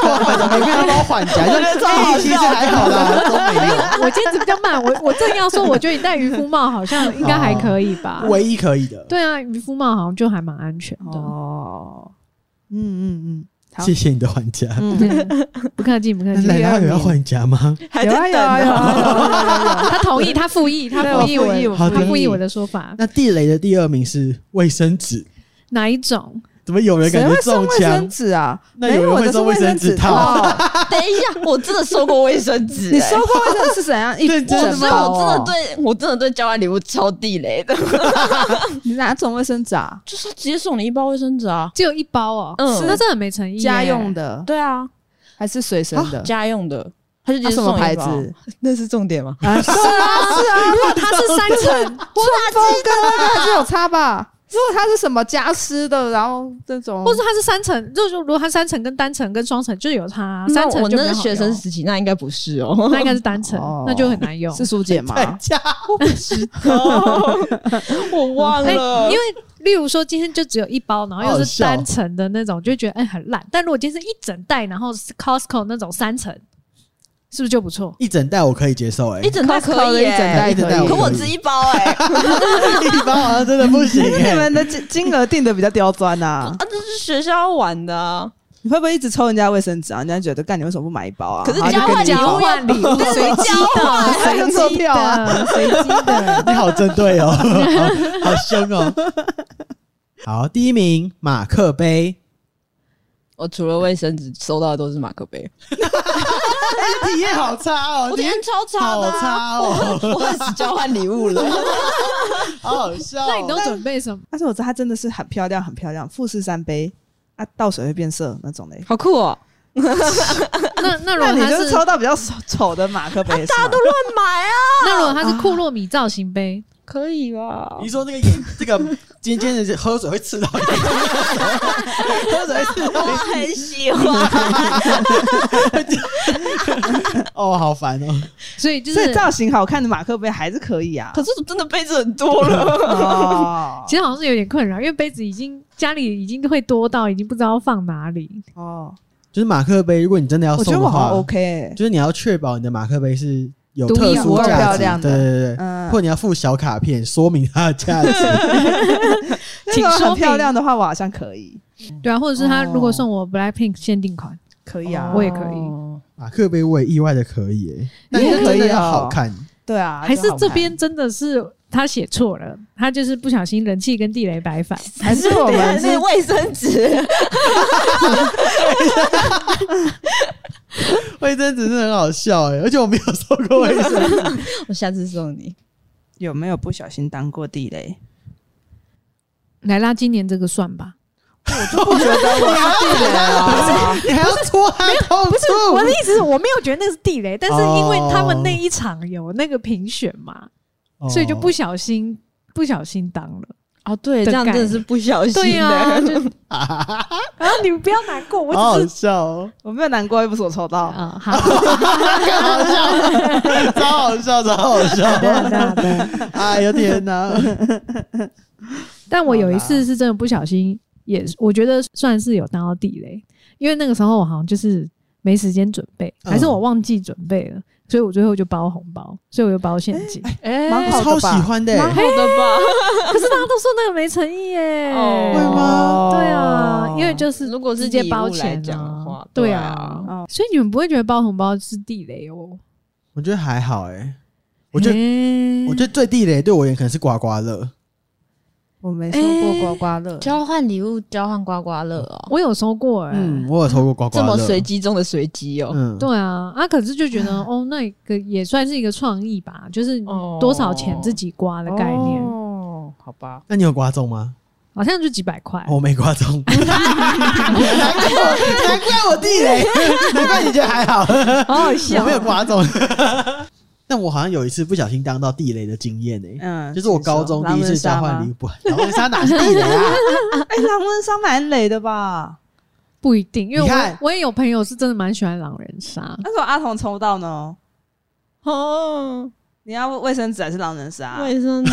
过分 的，你看他帮我缓夹，就
超好笑
哎其实还好啦，都没有。
我坚持比较慢。我我正要说，我觉得你戴渔夫帽好像应该
哦
还可以吧？
唯一可以的。
对啊，渔夫帽好像就还蛮安全的。
哦，嗯嗯嗯，好
谢谢你的还家。
嗯，
嗯不客气，不客气。
奶奶有要
名
还家吗？
还
有啊
在
有啊有
等
啊
呢。
有啊有啊有啊，
他同意，他附 议，他
对
附议
我
我
附议我，
好
他
的
附议我的说法。
那地雷的第二名是卫生纸，
哪一种？
怎么有人
谁
感觉
会送
中
卫
枪
生？纸啊？
那
没
有人
我
会
的是
送
卫
卫生
纸
纸套
套。
啊等一下，我真的收过卫生纸、欸，
你收过卫生纸是怎样？一
对真
整
的
所以
包
我真
哦
的对我真的对交换礼物超地雷的，
你哪种卫生纸啊？
就是直接送你一包卫生纸啊，
只有一包哦，
嗯
那真的很没诚意耶。
家用的
对啊，
还是随身的？
家用的，他就直
啊
接
什
送
么
一
牌
包
子？？
那是重点吗？
啊，是啊，是啊。
如果它哦是三层，
顺丰跟那个还是有差吧？ 如果它是什么加湿的，然后这种，
或是它是三层，就是如果它三层跟单层跟双层就有差啊，
那
三层
我
就
那
没有
是
好
学生
用
时期，那应该不是哦。
那应该是单层
哦，
那就很难用。
是苏姐 吗？
代哎价我不知道
哦 我忘
哎，因为例如说今天就只有一包，然后又是单层的那种，就会觉得哎很烂。但如果今天是一整袋，然后是 Costco 那种三层，是不是就不错？
一整袋我可以接受，哎，
一整袋可
Costco 的
以、
一整
欸，
袋
一整
可
袋
以，
可
我
我只一包哎、欸， 啊，
一包好像真的不 行，
你
哎
们的金金额定的比较刁钻 呐、
这是学校玩的、啊，
你会不会一直抽人家卫生纸啊？人家觉得干你为什么不买一包啊？
可是
然后就
交换
跟你
交
说
换
礼物随机的，
他就做
随机
票啊
的，随机的。
你好针对 哦，好好凶哦。好，第一名马 克杯，
我除了卫生纸收到的都是马克杯，
体验好差哦，
我
体
体
验
验超差
好
的、啊，
差哦，
我开始交换礼物了，
好好笑哦。
那你都准备什么？
但是我知道它真的是很漂亮，很漂亮，富士山杯啊，倒水会变色那种嘞。
好酷哦！
那那如
那
果
你
它
就是
是
抽到比较丑丑的马克杯、是吗
大家都乱买啊，
那如果它是库洛米造型杯，
可以吧
你说那个眼，这个尖尖的是喝水会刺到眼睛，喝水会刺
我
到眼
很喜欢，
睛， 哦，好烦哦。
所以 就
所
是
以造型好看的马克杯还是可以啊。
可是真的杯子很多 了，
哦
其实好像是有点困扰，因为杯子已经家里已经会多到已经不知道放哪里。
哦，
就是马克杯，如果你真的要
我觉
送
得我
的
好
话
像 OK，、欸、
就是你要确保你的马克杯是有
独
特
一
殊
无二
价
漂
值，
亮的
对对对，
嗯
或者你要附小卡片说明它的价值。
那种
请说
很漂
明
亮的话，我好像可以，
对啊，或者是他
哦
如果送我 Blackpink 限定款，
可以
哦
啊，
我也可以
马克杯我也意外的可以、欸，
你也
但是真
可
的
以
要
哦
好 看，
对啊，
还
就是好
这
看
边真的是他写错了，他就是不小心人气跟地雷白反。
还是我们是
是卫生纸，
卫生纸真的很好笑哎、而且我没有收过卫生纸，
我下次送你。
有没有不小心当过地雷？
莱拉今年这个算吧，
不觉得我是地雷 啊？
你还要戳它痛处？
我的意思是我没有觉得那个是地雷，但是因为他们
哦
那一场有那个评选嘛，
哦
所以就不小心不小心当了。
哦，对，
的
这样真的是不小心的。
对啊， 就 然后你们不要难过，我
好
只
好
是
笑 哦，
我没有难过，又不是我抽
哦
到。
啊，好，
超好笑，超好笑！
对啊。
哎呦天哪！
但我有一次是真的不小心，也我觉得算是有当到地雷，因为那个时候我好像就是没时间准备，
嗯
还是我忘记准备了，所以我最后就包红包，所以我就包现金。
哎
蛮好
超
的吧
喜欢的、欸，
的吧？
可是大家都说那个没诚意耶，
哦
会吗
对啊，因为就是
如果是
直接包
礼物来
钱
讲
啊
的话
对
哦对
啊
啊，
哦
所以你们不会觉得包红包是地雷哦？
我觉得还好哎、我觉得、
得
我觉得最地雷对我而言可能是刮刮乐，
我没收过刮刮乐，
交换礼物，交换刮刮乐哦，
我有收过哎、
嗯，我有抽过刮刮
这
乐，
么随机中的随机哦。
嗯，
对啊，啊，可是就觉得哦，那个也算是一个创意吧，就是你
哦
多少钱自己刮的概念，
哦，好吧，
那你有刮中吗？哦
好像就几百
哎
块。
我没刮 中，难怪难怪我地 雷，难怪你觉得还好，
好好
我没有刮中。 但我好像有一次不小心当到地雷的经验呢、欸
嗯
就是我高中第一次交换礼
物。
物，然后他哪是地雷
哎，
啊？
狼人杀蛮雷的吧？
不一定，因为
你看
我我也有朋友是真的蛮喜欢狼人杀，
那时候阿童抽到呢，
哦，
你要卫生纸还是狼人杀？
卫生纸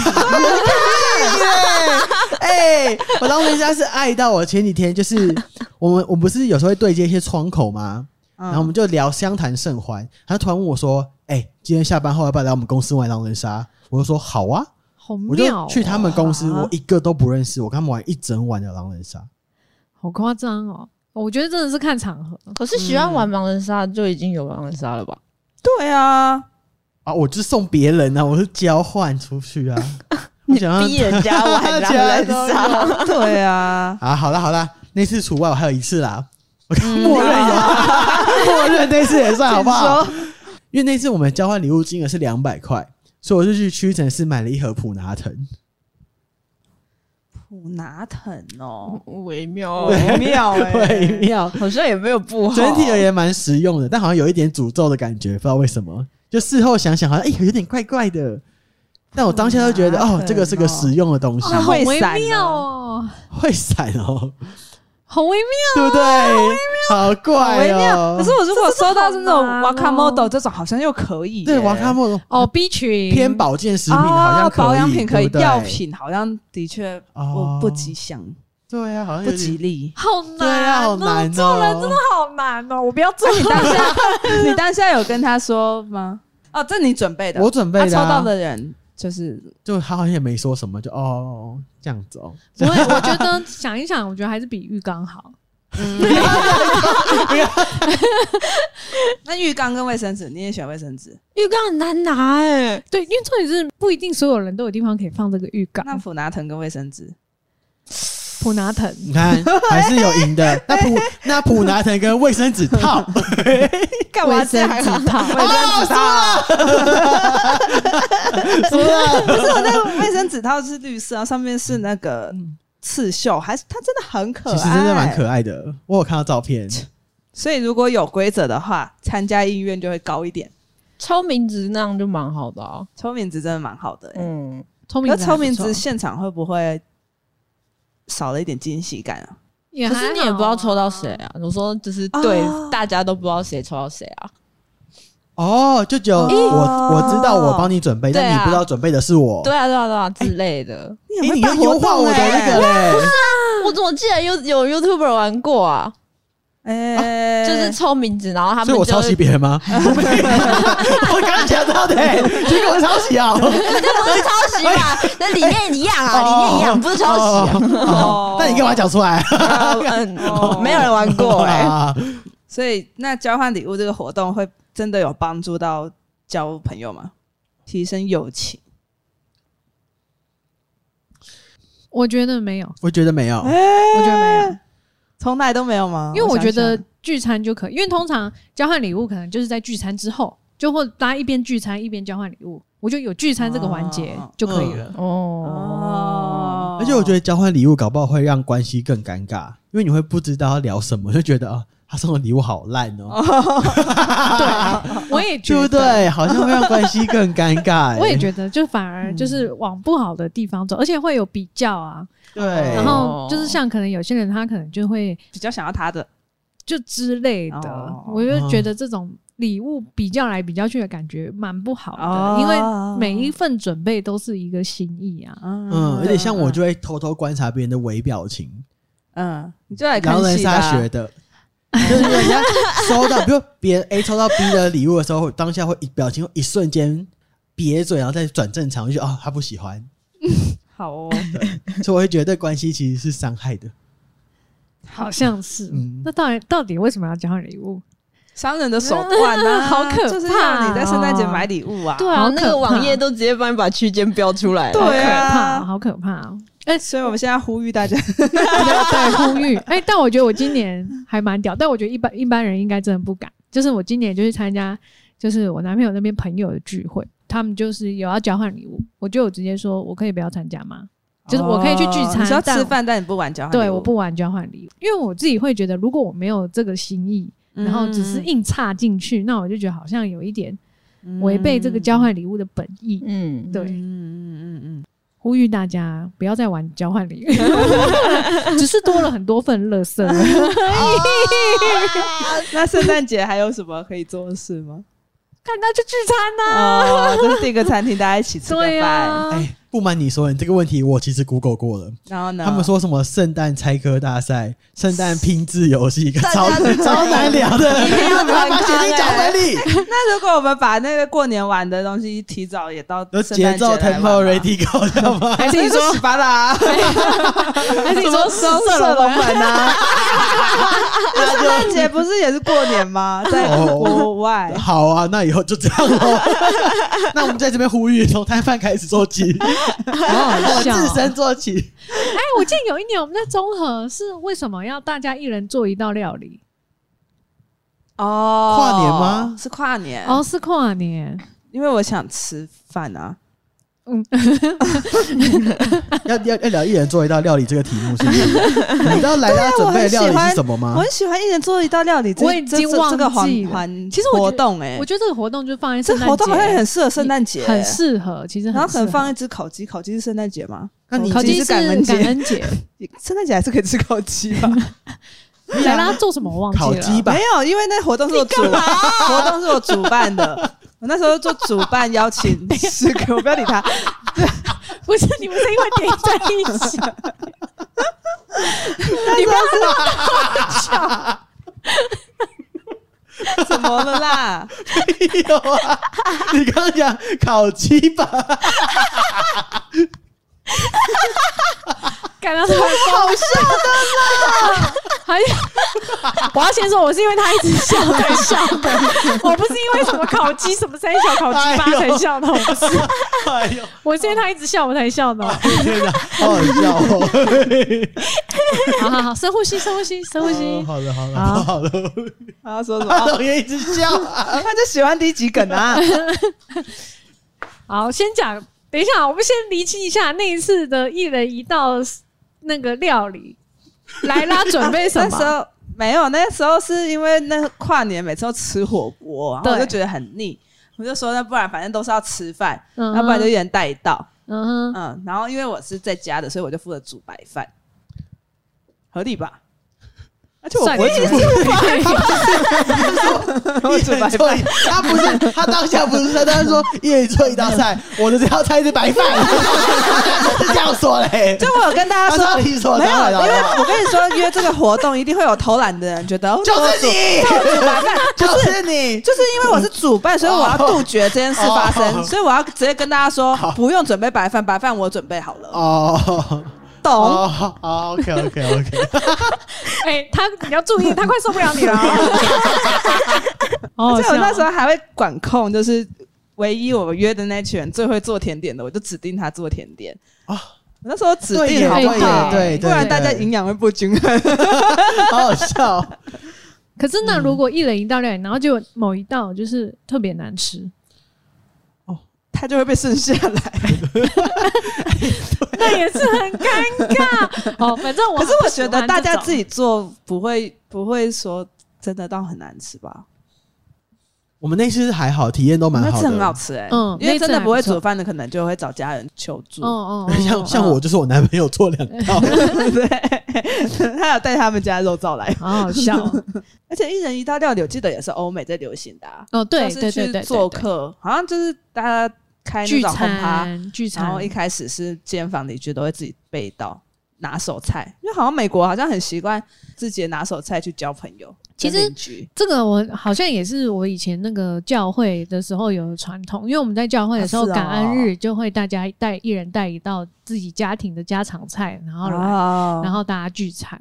哎、我当人家是爱到我前几天就是我们我们不是有时候会对接一些窗口吗？
然
然后我们就聊相谈甚欢，他就突然问我说：“哎、今天下班后要不要来我们公司玩狼人杀？”我就说：“好啊。”
好
我
妙、
就
哦，
去他们公司，
啊
我一个都不认识，我跟他们玩一整晚的狼人杀。
好夸张哦。我觉得真的是看场合，
可是喜欢玩狼人杀就已经有狼人杀了吧？
对啊，
啊，我就是送别人啊，我是交换出去啊。我想要
逼人家玩狼人
大家
杀，
都有
对啊，
啊，好啦好啦，那次除外，我还有一次啦。我刚默认有，默认那次也算好不好？因为那次我们交换礼物金额是两百块，所以我就去屈臣氏买了一盒普拿疼。
普拿疼哦，
微妙哦
微妙
微
哎，
妙，
好像也没有不 好。
整体而言蛮实用的，但好像有一点诅咒的感觉，不知道为什么。就事后想想，好像哎、有点怪怪的。但我当下就觉得，
普拿
哦
疼，
这个是个
哦
实用的东西，
哦
好
会
微
闪
妙
啊
哦，
会闪哦，
好微妙，
对不对？好怪
微
哦
妙。可，是我如果收到是那种
这真的好难
Waka
哦
Model 这种，好像又可以耶。
对瓦卡莫
哦，B 群
偏保健食品好
啊，
像可以，
保养品可以
对不，对
药品好像的确
哦
不不吉祥，
对啊，好像
不
有
吉
点
利。
好
对啊，
难
好
哦，
难哦，
做人真的好难哦，我不要做。
你当下 你当下有跟他说吗？哦，这你准备的，
我准备
他抽
的啊
到的人就是
就他好像也没说什么，就哦这样子哦，
不会，我觉得想一想，我觉得还是比浴缸 好。
那浴缸跟卫生纸，你也选卫生纸？
浴缸很难拿哎、
欸
对，因为重点是不一定所有人都有地方可以放这个浴
啊
缸。
那普拿藤跟卫生 纸，
普拿藤，
你看还是有 赢的。那普那普拿疼跟卫生纸套，
干
卫
嘛这
生
样？
纸
啊
套，
卫生纸套啊，
输 了。
不是我那个卫生纸套是绿色，上面是那个刺绣，还是它真的很可爱，
其实真的蛮可爱的，我有看到照片，
所以如果有规则的话，参加意愿就会高一点。
抽名字那样就蛮好的啊。
抽名字真的蛮好的、欸，
嗯，
聪明
那
的
抽名字现场会不会少了一点惊喜感啊？
也
可
还
是你也不知道抽到谁
好啊。
啊。我说就是对，
哦
大家都不知道谁抽到谁啊。
哦，舅舅，
哦
我我知道我帮你准备，
对啊
但你不知道准备的是我。
对，啊，对啊，对啊之类的。
你
哎，
很
你
会
要
办活
优化
动
我的
欸
那 个嘞，
我怎么记得有有 YouTuber 玩过啊？
哎、
就是抽名字，然后他
所
们
以我
就
抄袭别人吗？我刚刚讲到的，结果我抄袭啊！
这不是抄袭吧？那理念一 样啊，理念一样，不是抄袭啊。
哦那你干嘛讲出来？
嗯，嗯没有人玩过哎、
啊
所以那交换礼物这个活动会真的有帮助到交朋友吗？提升友情？
我觉得没有，
我觉得没有
哎、，
我觉得没有，
从来都没有
啊
吗？
因为我
想
觉得
想
聚餐就可以，因为通常交换礼物可能就是在聚餐之后，就或大家一边聚餐一边交换礼物，我就有聚餐这个环节
啊
哦
就可
嗯
以了。
哦，
哦，
嗯而且我觉得交换礼物搞不好会让关系更尴尬，因为你会不知道要聊什么，就觉得啊，他送的礼物好烂哦，
嗯
我也觉
对不
得，
对？好像会让关系更尴 尬、欸
我也觉得，就反而
嗯
就是往不好的地方走，而且会有比较啊。
得，对。
哦
然后就是像可能有些人他可能就会
比较想要他的，
就之类的，
哦
我就觉得
嗯
这种礼物比较来比较去的感觉蛮不好的，
哦
因为每一份准备都是一个心意啊。
嗯，
嗯
而且像我就会偷偷观察别人的微表情，
嗯，你就来看
狼人
戏啊吧
杀 学的，就是人家收到，比如别人 A 抽到 B 的礼物的时候，当下会一表情会一瞬间瘪嘴，然后再转正常，我就觉得哦他不 喜欢，
好哦，
所以我会觉得对关系其实是伤害的。
好像是。
嗯
那到底到底为什么要交换礼物？
商人的手段呢、
好可怕
就是让你在圣诞节买礼物啊，
对
然
啊，
后那个网页都直接帮你把区间标出来了。
好可
对 啊
怕，好可怕哦！
哎，所以我们现在呼吁大家，
对，呼吁。哎，但我觉得我今年还蛮屌，但我觉得一般一般人应该真的不敢。就是我今年就去参加，就是我男朋友那边朋友的聚会，他们就是有要交换礼物，我就有直接说我可以不要参加吗？ 就是我可以去聚餐
哦你说
但
吃饭，但你不玩交换礼物，
对，我不玩交换礼物，因为我自己会觉得，如果我没有这个心意，
嗯
然后只
嗯
是硬插进去，那我就觉得好像有一点
嗯
违背这个交换礼物的本意。
嗯，
对，
嗯嗯嗯
呼吁大家不要再玩交换 礼物，只是多了很多份乐色。
嗯。那圣诞节还有什么可以做的事吗？
看他就聚餐呐、
哦，就是订个餐厅，大家一起吃个
对
饭。
啊，
哎、不瞒你说，你这个问题我其实 Google 过了。
然后呢？
他们说什么圣诞猜歌大赛、圣诞拼字游戏，一个
大
超
家都
超难聊的，
一定要
没办法
团
决
康
定讲
欸
回力，
那如果我们把那个过年玩的东西提早也到
有
圣
节
诞节来
奏
玩
tempo
吗
ready go，知道吗？
还是你说洗巴啊达？
还是你
什么
说 啊
色龙门啊？
那就
诞节不是也是过年吗？在
哦
国外，
好啊，那以后就这样 喽。那我们在这边呼吁，从摊贩开始做起，
好好
我
笑哦
自身做 起。
哎，我记得有一年我们在综合是为什么要大家一人做一道料理？
哦，
跨年吗
是跨年
哦，是跨年，
因为我想吃饭啊。
要要要聊一人做一道料理这个题目是不是？ 你知道莱拉准备的料理是什么
我
吗？
啊
很喜欢一人做一道料理，这
我已
这
经
这
忘
这个环
记了
环
其实我觉
活
得
动哎
我，觉得这个活动就放在
这
圣诞
活
节，
动好像也很适合圣诞节，
很适合，其实很
然后可能
适合
放一只烤鸡，烤鸡是圣诞节吗？
那你
烤
其
鸡
实
是
感恩节
节，
圣诞节还是可以吃烤鸡吧？啊
莱拉做什么我忘记了。
烤鸡吧
没，有，因为那活动是我主活动是我主办的。 我那时候做主办邀 请十个，我不要理 他。
不是你们是因为点在一起，
你不要 笑，怎么了啦？
没有啊！ 你刚刚讲烤鸡吧，
感到太搞笑的啦。还有， 我要先说，我是因为他一直笑才笑 的，我不是因为什么烤鸡什么三小烤鸡
哎
巴才笑的，我不是，
哎呦，
我是因为他一直笑我才笑
哦
的。
天哪，好好笑哦！
好好好，深呼吸，深呼吸，深呼吸
哦。好的，好的，
好
好的，
他说什么？
阿
哦
龙也一直笑啊。
他就喜欢低级梗 啊！
好，先讲，等一下，我们先厘清一下那一次的一人一道那个料理，莱拉准备什
那时
么？
候没有，那时候是因为那跨年每次都吃火锅，然后我
对
就觉得很腻，我就说那不然反正都是要吃饭，
嗯
要不然就一人带一道。
嗯哼，
嗯，然后因为我是在家的，所以我就负责煮白饭，合理吧？而且我
算
不会煮
你
我
一
煮白
人做
饭
一，，他不是他当下不是说，他是说一人做一道菜，我的这道菜是白饭，是这样说嘞。
就我有跟大家
他
说
说。啊你说
没有，因为
就
我跟你说，约这个活动一定会有偷懒的人觉得，哦
是你，就是你，
就是因为我是主办，所以我要杜绝这件事发生，
哦
所以我要直接跟大家说
好，
不用准备白饭，白饭我准备好了，
哦
懂？
哦，OK OK OK，
哎、他你要注意，他快受不 了你了。哦
而且我那时
候
候还会管控，就是唯一我约的那群人最会做甜点的，我就指定他做甜点
啊
我那时候指
对耶
定好不好？
对耶对
不
对
然大家营养会不均衡。
好好笑。
可是那如果一人一道料理，然后就某一道就是特别难吃，
他就会被剩下来。
那也是很尴尬。哦，反正我
可是我觉得大家自
己
己做不会不会说真的到很难吃吧？
我们那次还好，体验都蛮
那
好
次很好
的。
吃哎、
嗯
因为真的不会煮
那
饭的，可能就会找家人求助。
哦哦哦，
像像我就是我男朋友做两道，
对， 他有带他们家的肉燥来，
好好笑哦
而且一人一道料理，我记得也是欧美在流行的、啊。
哦，对
就
对
是
对对，
去做
对
客，好像就是大家开那
聚
种轰趴，
餐聚餐，
然后一开始是间房邻居都会自己备到拿手菜，因为好像美国好像很习惯自己的拿手菜去交朋友，
其
跟
实
邻居
这个我好像也是我以前那个教会的时候有传统，因为我们在教会的时候、
啊是哦
感恩日就会大家带一人带一道自己家庭的家常菜，然后来、
哦
然后大家聚餐。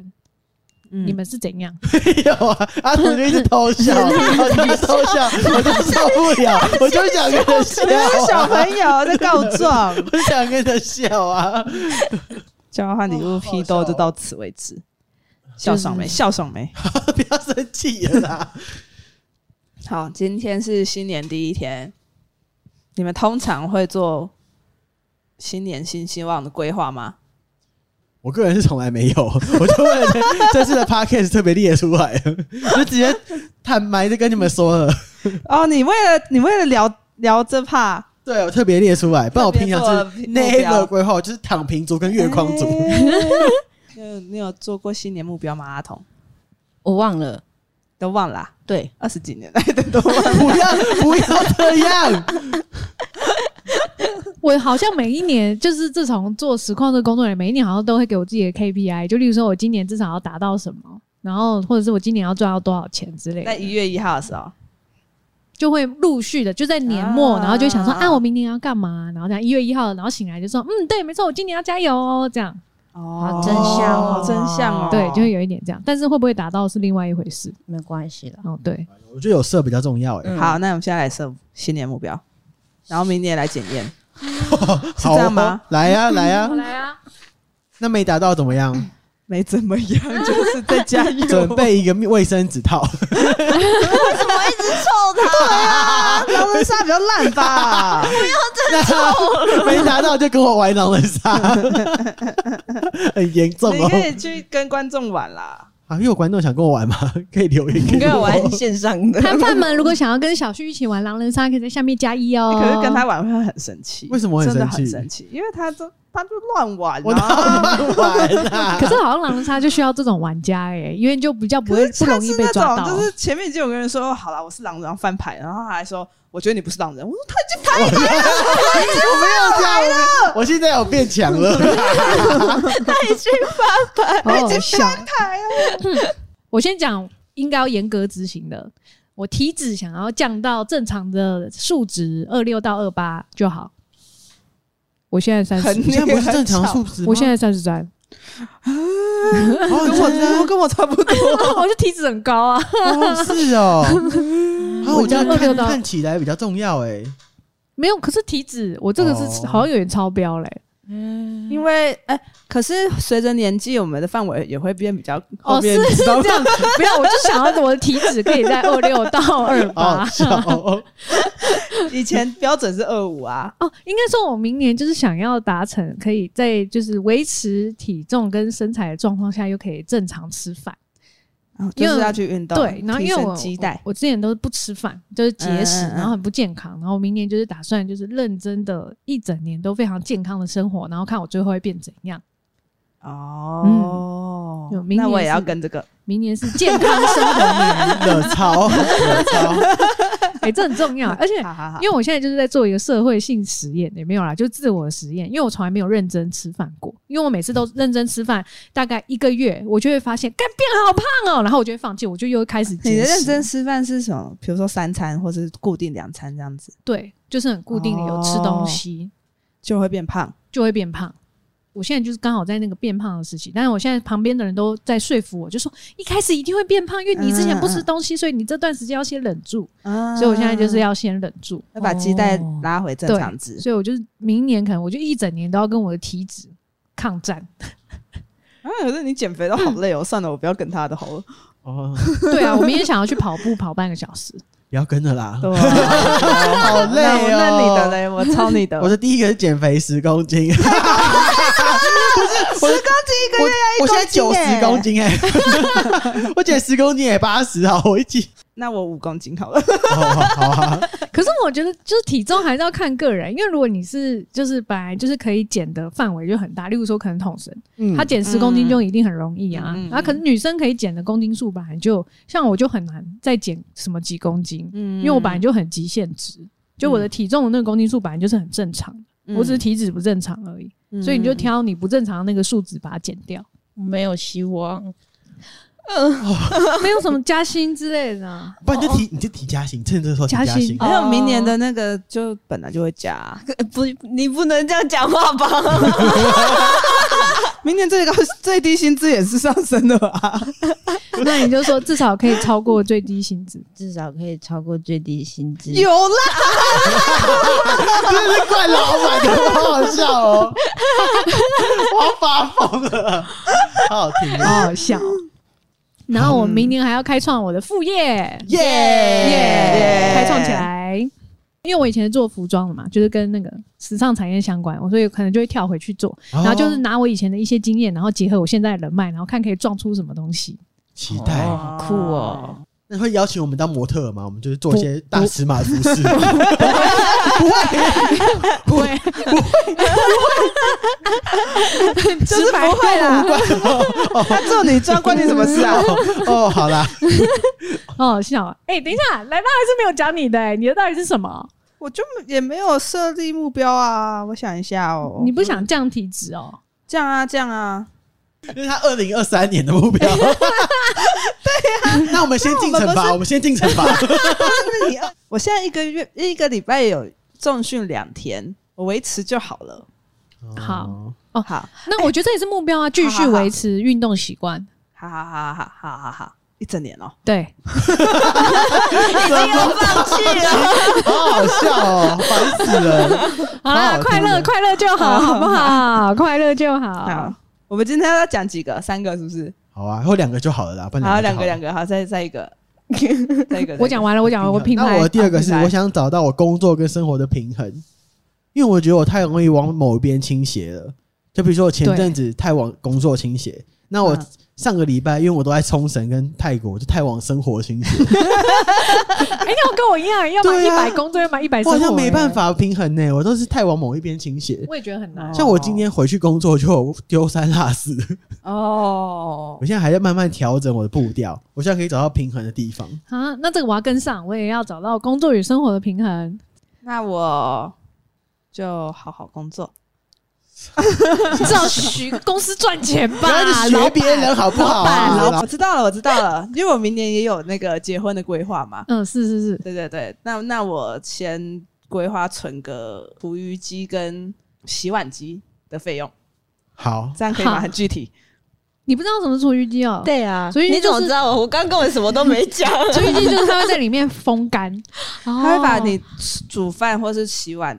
嗯
你们是怎样？
没有啊，阿土就一直偷笑，我就偷笑，我就受不了，我就想跟他笑
因为小
啊，
朋友在告 状，
我想跟他笑啊。
交换礼物批斗就到此为止，笑爽没？
就是
笑爽没？
不要生气了啦！
好，今天是新年第一天，你们通常会做新年新希望的规划吗？
我个人是从来没有，我就为了这次的 podcast 特别列出来，就直接坦白的跟你们说了。
哦，你为了你为了聊聊这怕。
对，我特别列出来，不然我平常是
特别做目标
never 规划，我就是躺平族跟月光族。
你有你有做过新年目标吗？阿童
我忘了，
都忘了啊、
对，
二十几年来的都忘了。
不要不要这样，
我好像每一年就是自从做实况的工作人，每一年好像都会给我自己的 KPI，就例如说我今年至少要达到什么，然后或者是我今年要赚到多少钱之类
在一
的，
月一号的时候，
就会陆续的就在年末，
啊
然后就会想说啊，我明年要干嘛？然后这样一月一号，然后醒来就说嗯，对，没错，我今年要加油哦，这样。
哦
真相哦
好真相哦，
对，就会有一点这样，但是会不会达到是另外一回事。
没关系啦。
哦，对，
我觉得有色比较重要哎、
嗯
好，那我们现在来设新年目标，然后明年来检验。是
好
这样吗？
来呀、来呀、
来啊，
那没达到怎么样？
没怎么样，就是在家
准备一个卫生 纸套，
狼人杀比较烂吧？
那 没达到就跟我玩狼 人杀，很严重
你
哦。
可以去跟观众玩啦。
啊，因为有观众想跟我玩嘛， 可以留言
应
给
该
我。
玩线上的，
摊贩们如果想要跟小旭一起玩狼人杀，可以在下面加一 哦。
可是跟他玩会很生气，
为什么会
真的
生
很
气
生气？因为他就他就乱玩
我
啊，
哪乱玩啊！
可是好像狼人杀就需要这种玩家哎、因为就比较不
可
会
是
不容易被抓
他
到
是那。种就是前面已经有个人说哦好了，我是狼人，然后翻牌，然后他还说我觉得你不是狼人，我说他已经翻了，
我没有这样，
啊
我我现在有变 强了。
好好笑。
牌了。
哦 我先讲应该要严格执行的，我体脂想要降到正常的数值二六到二八就好。我现在三
很
十，
你现在不是正常数值吗？
我现在三十三，
哦
跟我差跟我差不多，
我就体脂很高啊。
哦是哦，啊，我这样
我已经饿
看
到
看起来比较重要哎。
没有，可是体脂我这个是
哦
好像有点超标嘞、
因为哎，可是随着年纪，我们的范围也会变比较后哦面，
哦是
你知道吗
这样，没有，我就想要我的体脂可以在二六到二八、
哦，是哦，
以前标准是二五啊，
哦，应该说，我明年就是想要达成，可以在就是维持体重跟身材的状况下，又可以正常吃饭。
就
因为
是要去运动，
对，然后因
提
为
升
我
基带
我，我之前都是不吃饭，就是节食，
嗯嗯嗯
然后很不健康。然后明年就是打算就是认真的一整年都非常健康的生活，然后看我最后会变怎样。
嗯哦
有明
那我
年
也要
是
跟这个，
明年是健康生活年，
惹操，惹操，
哎、这很重要。而且
好好好，
因为我现在就是在做一个社会性实验，也没有啦，就自我实验。因为我从来没有认真吃饭过，因为我每次都认真吃饭，大概一个月，我就会发现，干变好胖哦，然后我就会放弃，我就又开始
你
节
的
食。
认真吃饭是什么？比如说三餐，或是固定两餐这样子，
对，就是很固定的有吃
哦
东西，
就会变胖。
就会变胖。我现在就是刚好在那个变胖的时期，但是我现在旁边的人都在说服我，就说一开始一定会变胖，因为你之前不吃东西，所以你这段时间要先忍住。
啊
所以我现在就是要先忍住，
要把基带
哦
拉回正常值。
所以我就是明年可能我就一整年都要跟我的体脂抗战。
啊，可是你减肥
嗯
都好累哦，算了，我不要跟他的好 了。
哦，
对啊，我们也想要去跑步，跑半个小时。
不要跟着啦，
对啊，
好累
那
哦。
那你的 嘞？我操你的！
我的第一个是减肥十公斤，不是我的
一
我我现在
公
九
斤耶
十公斤哎、我减十公斤也八十啊，我一斤，
那我五公斤好了。
好好好啊，
可是我觉得，就是体重还是要看个人，因为如果你是就是本来就是可以减的范围就很大，例如说可能统神，
嗯
他减十公斤就一定很容易啊。
嗯嗯
然后可能女生可以减的公斤数本来就像我就很难再减什么几公斤，
嗯
因为我本来就很极限值，就我的体重的那个公斤数本来就是很正常，我只是体脂不正常而已。
嗯
所以你就挑你不正常的那个数值把它减掉，
没有希望。
没有什么加薪之类的啊、
不然你就提你就提加薪，趁这个时候提
加
加
薪
薪。
还有明年的那个，就本来就会加啊。
不，你不能这样讲话吧？
明年最高 最低薪资也是上升啊的吧？
那你就说至少可以超过最低薪资。
至少可以超过最低薪资。
有啦，
真的是怪老板的，好好笑哦！我要发疯了，好好听
好
哦！
好 笑。然后我明年还要开创我的副业，耶、
耶耶
开创起！来。因为我以前是做服装的嘛，就是跟那个时尚产业相关，我所以可能就会跳回去做，
哦
然后就是拿我以前的一些经验，然后结合我现在的人脉，然后看可以撞出什么东西。
期待。
好酷哦！
那会邀请我们当模特儿吗？我们就是做一些大尺码的服饰。不会，
就是不会啦， 他做女装关你什么事啊？
哦，好啦，
哦，笑啊！哎、等一下，来吧，还是没有讲你的、哎，你的到底是什么？
我就也没有设立目标啊，我想一下哦。
你不想降体脂哦？
这样啊，这样啊，
这是他二零二三年的目标。对呀，那我们先进惩罚，我们先进惩罚。
那你呃 我现在一个月一个礼拜有重训两天，我维持就好了。
好哦
好，
哎
那我觉得这也是目标啊，继续维持运动习惯。
好好好好好好好，一整年哦。
对，
好好笑哦，烦死了！
好
好好
啦，
听
快乐
的
快乐就好，好不 好？快乐就好
好。，我们今天要讲几个？三个是不是？
好啊，或两个就好了啦，不然
好，
两
两个两
个
个，好，再再一个，再一个。
我讲
完，
完了，我讲完，
就好了。
我品
那我
牌啊
的第二个是
品牌
我想找到我工作跟生活的平衡，因为我觉得我太容易往某一边倾斜了。就比如说我前阵子太往工作倾斜，那我
嗯
上个礼拜因为我都在冲绳跟泰国，我就太往生活倾斜，
哎，那我跟我一样，要买
对
一
啊
百工作，要买一百哎
我好
生活，
像没办，法平衡呢、我都是太往某一边倾斜。
我也觉得很难。
像我今天回去工作就有丢三落四的，
哦
我，现在还在慢慢调整我的步调，我现在可以找到平衡的地方。
啊，那这个我要跟上，我也要找到工作与生活的平衡。
那我就好好工作。
至少许公司赚钱吧
不要一直，
老
学别人好不好啊、
好
老
我知道了，我知道了，因为我明年也有那个结婚的规划嘛。
嗯，是是是，
对对对，那那我先规划存个厨余机跟洗碗机的费用，
好，
这样可以吗？
好
很具体。
你不知道什么厨余机哦？，
对啊，
所以
你怎么
就是
知道我？我刚根本什么都没讲。
厨余机就是它会在里面风干，
它
它
会把你吃煮饭或是洗碗，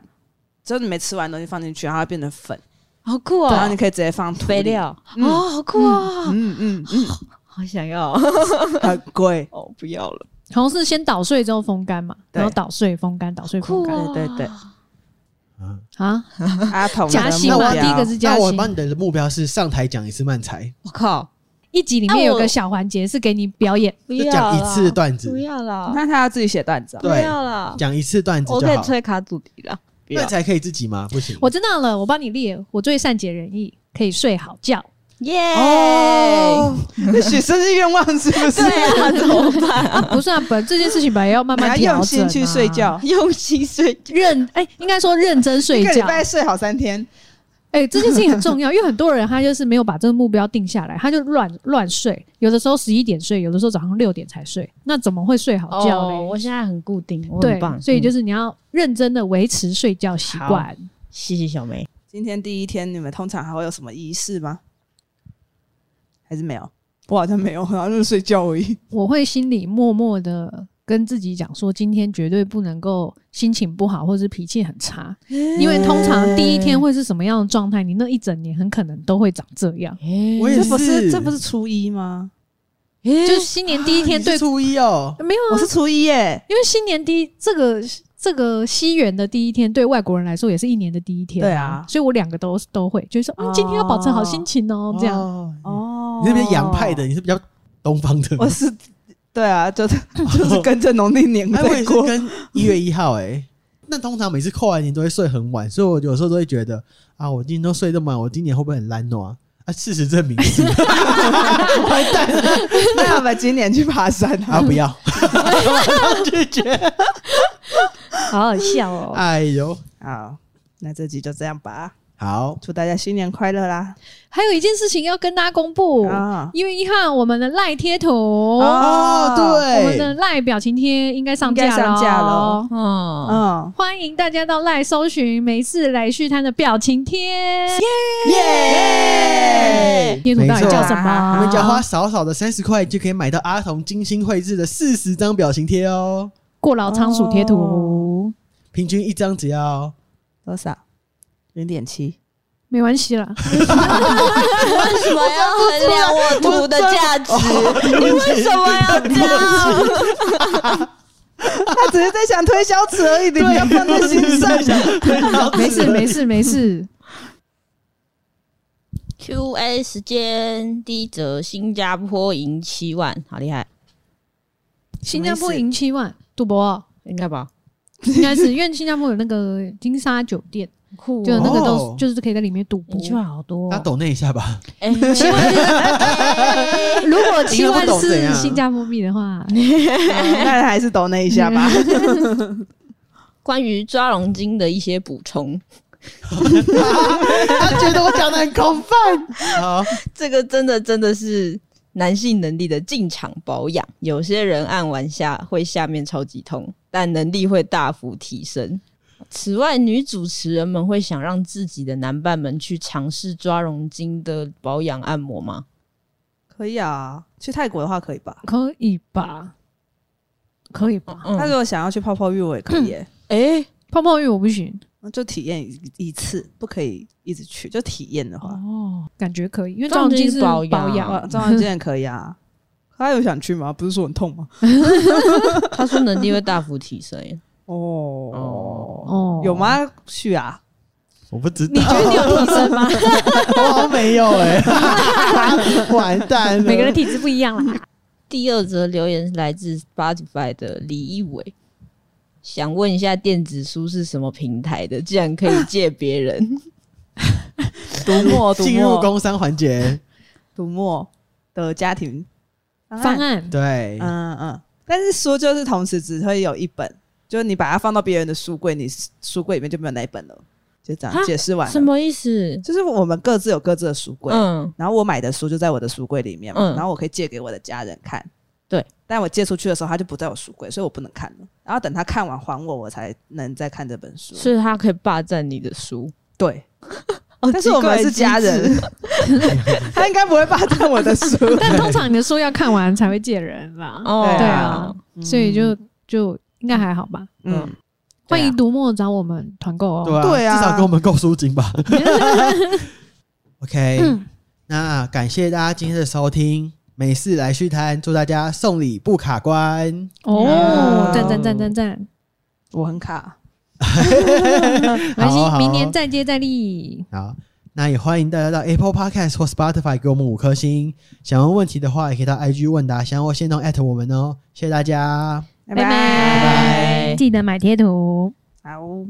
就是你没吃完的东西放进去，然后它变成粉，
好酷
然后你
哦，
可以直接放土里
肥。料
嗯
哦，好酷哦，
嗯嗯嗯，
好想要
很贵。
哦，不要了，
好像是先捣碎之后风干嘛，
对哦
然后捣碎风干，捣碎风干
对对对，
嗯，
啊。
阿童的
夹心
目
嘛，
标
第一个是夹
那我
心。
帮你的目标是上台讲一次慢才，
我靠，
一集里
啊
面有
我
个小环节是给你表演，
不
就
要
讲一次
啦，
段子
不，要啦，
那他要自己写段子、啊
不
对。
要啦，
讲一次段子
我
就
可以
好。
吹卡祖笛了。
慢才可以自己吗？不行，
我知道了，我帮你列，我最善解人意，可以睡好觉。
耶！
哦，那许生日愿望是不是？
对啊，怎么办？
不是啊，本这件事情本来要慢
你 要
慢调整、啊
用心去啊睡，觉，
用心睡觉，
认哎、应该说认真睡
一个礼
觉。
拜睡好三天。
哎、这件事情很重要，因为很多人他就是没有把这个目标定下来，他就乱乱睡，有的时候十一点睡，有的时候早上六点才睡，那怎么会睡好觉呢？
哦，我现在很固定，我很
对
棒，，嗯
所以就是是你要认真的维持睡觉习惯。
谢谢小梅。
今天第一天，你们通常还会有什么仪式吗？还是没有？我好像没有，好像就是睡觉而已。
我会心里默默的跟自己讲说，今天绝对不能够心情不好，或是脾气很差，因为通常第一天会是什么样的状态，你那一整年很可能都会长这样。
我也
这不是
是
这不是初一吗？
就是新年第一天
你
对
是初一哦，
没有
我
啊，
是初一耶，
因为新年第一这个这个西元的第一天，对外国人来说也是一年的第一天、
对啊
所以我两个都都会，就是说，嗯，今天要保持好心情哦，这样。
哦，
哦
你那边洋派的，，你是比较东方的。
我是对啊，就是 就是跟着农历年
哎，我也
在
是
过。
跟一月一号哎。那通常每次扣完年都会睡很晚，所以我有时候都会觉得啊，我今天都睡这么晚，我今年会不会很懒惰啊？啊，事实证明是完蛋了
那我们今年去爬山
啊！
啊？
不要，拒绝。
好好笑哦！
哎呦，
好，那这集就这样吧，
好，
祝大家新年快乐啦！
还有一件事情要跟大家公布，
啊，
一月一号我们的赖贴图。
哦
我们的
对，
赖表情贴应该上架
应该上架了
了，
嗯，
嗯，
欢迎大家到赖搜寻“没事来续摊”的表情贴。
耶！
贴图到底
啊
叫什么？
我们只要花少少的三十块就可以买到阿童精心绘制的四十张表情贴哦，
过劳仓鼠贴
哦
图，
平均一张只要
多少？零点七，
没关系啦。
为什么要衡量我图的价 值？你为什么要这样？
他只是在想推销词而已，你不要放 在心上。
没事没事没事，
Q&A 时间，第一则新加坡赢七万，好厉害，
新加坡赢七万，赌博
应该吧？
应该是因为新加坡有那个金沙酒店，
酷啊
就有那个
哦
都就是可以在里面赌博
赢。七万好多 哦
他，抖那一下吧，
哎，七万
如果七
因为
万
不懂怎
是
样
新加坡币的话，
那还是抖那一下 吧。
关于抓龙筋的一些补充，
他觉得我讲的很空泛。好，
这个真的真的是男性能力的进场保养。有些人按完下会下面超级痛，但能力会大幅提升。此外，女主持人们会想让自己的男伴们去尝试抓绒巾的保养按摩吗？
可以啊，去泰国的话可以吧？
可以吧？可以吧？
那、
嗯
如，果想要去泡泡浴，我也可以耶、
哎、
泡泡浴我不行
那就体验一一次，不可以一直去，就体验的话，
哦，感觉可以，因为
这
张
样就是
晶是
保养
保
啊
养，
中央间也可以啊。他有想去吗？不是说很痛吗？
他说能力会大幅提升耶。
哦
哦，
有？吗？去啊，
我不知
你
道，
觉得你有提升
哦
吗？
我好像没有 哎、完蛋了，
每个人体质不一样啦。
第二则留言是来自 Spotify 的李一伟，想问一下电子书是什么平台的？竟然可以借别人，
读墨，读
进入
墨，
工商环节，
读墨的家庭
方案
对，
嗯嗯，但是书就是同时只会有一本，就是你把它放到别人的书柜，你书柜里面就没有那一本了。就这
哈
样解释 完了
什么意思？
就是我们各自有各自的书柜，
嗯，
然后我买的书就在我的书柜里面嘛，
嗯
然后我可以借给我的家人看。
对，
但我借出去的时候，他就不在我书柜，所以我不能看了。然后等他看完还我，我才能再看这本书。
所以他可以霸占你的书。
对，
哦
但是我们是家，
奇怪的机
人
制，
他应该不会霸占我的 书。
但通常你的书要看完才会借人啦，
哦，
对
对啊，所以就就应该还好吧。
嗯，
欢迎读墨找我们团购哦。
对啊，
对啊
至少给我们够赎金 吧。OK，、那感谢大家今天的收听，没事来续摊，祝大家送礼不卡关。
哦，赞赞赞赞赞，
我很卡，
没关
好好
系，明年再接再厉。
好，那也欢迎大家到 Apple Podcast 或 Spotify 给我们五颗星。想问问题的话，也可以到 IG 问答箱或线动 at 我们哦。谢谢大家。
拜
拜哎
拜。
记得买贴图。
好。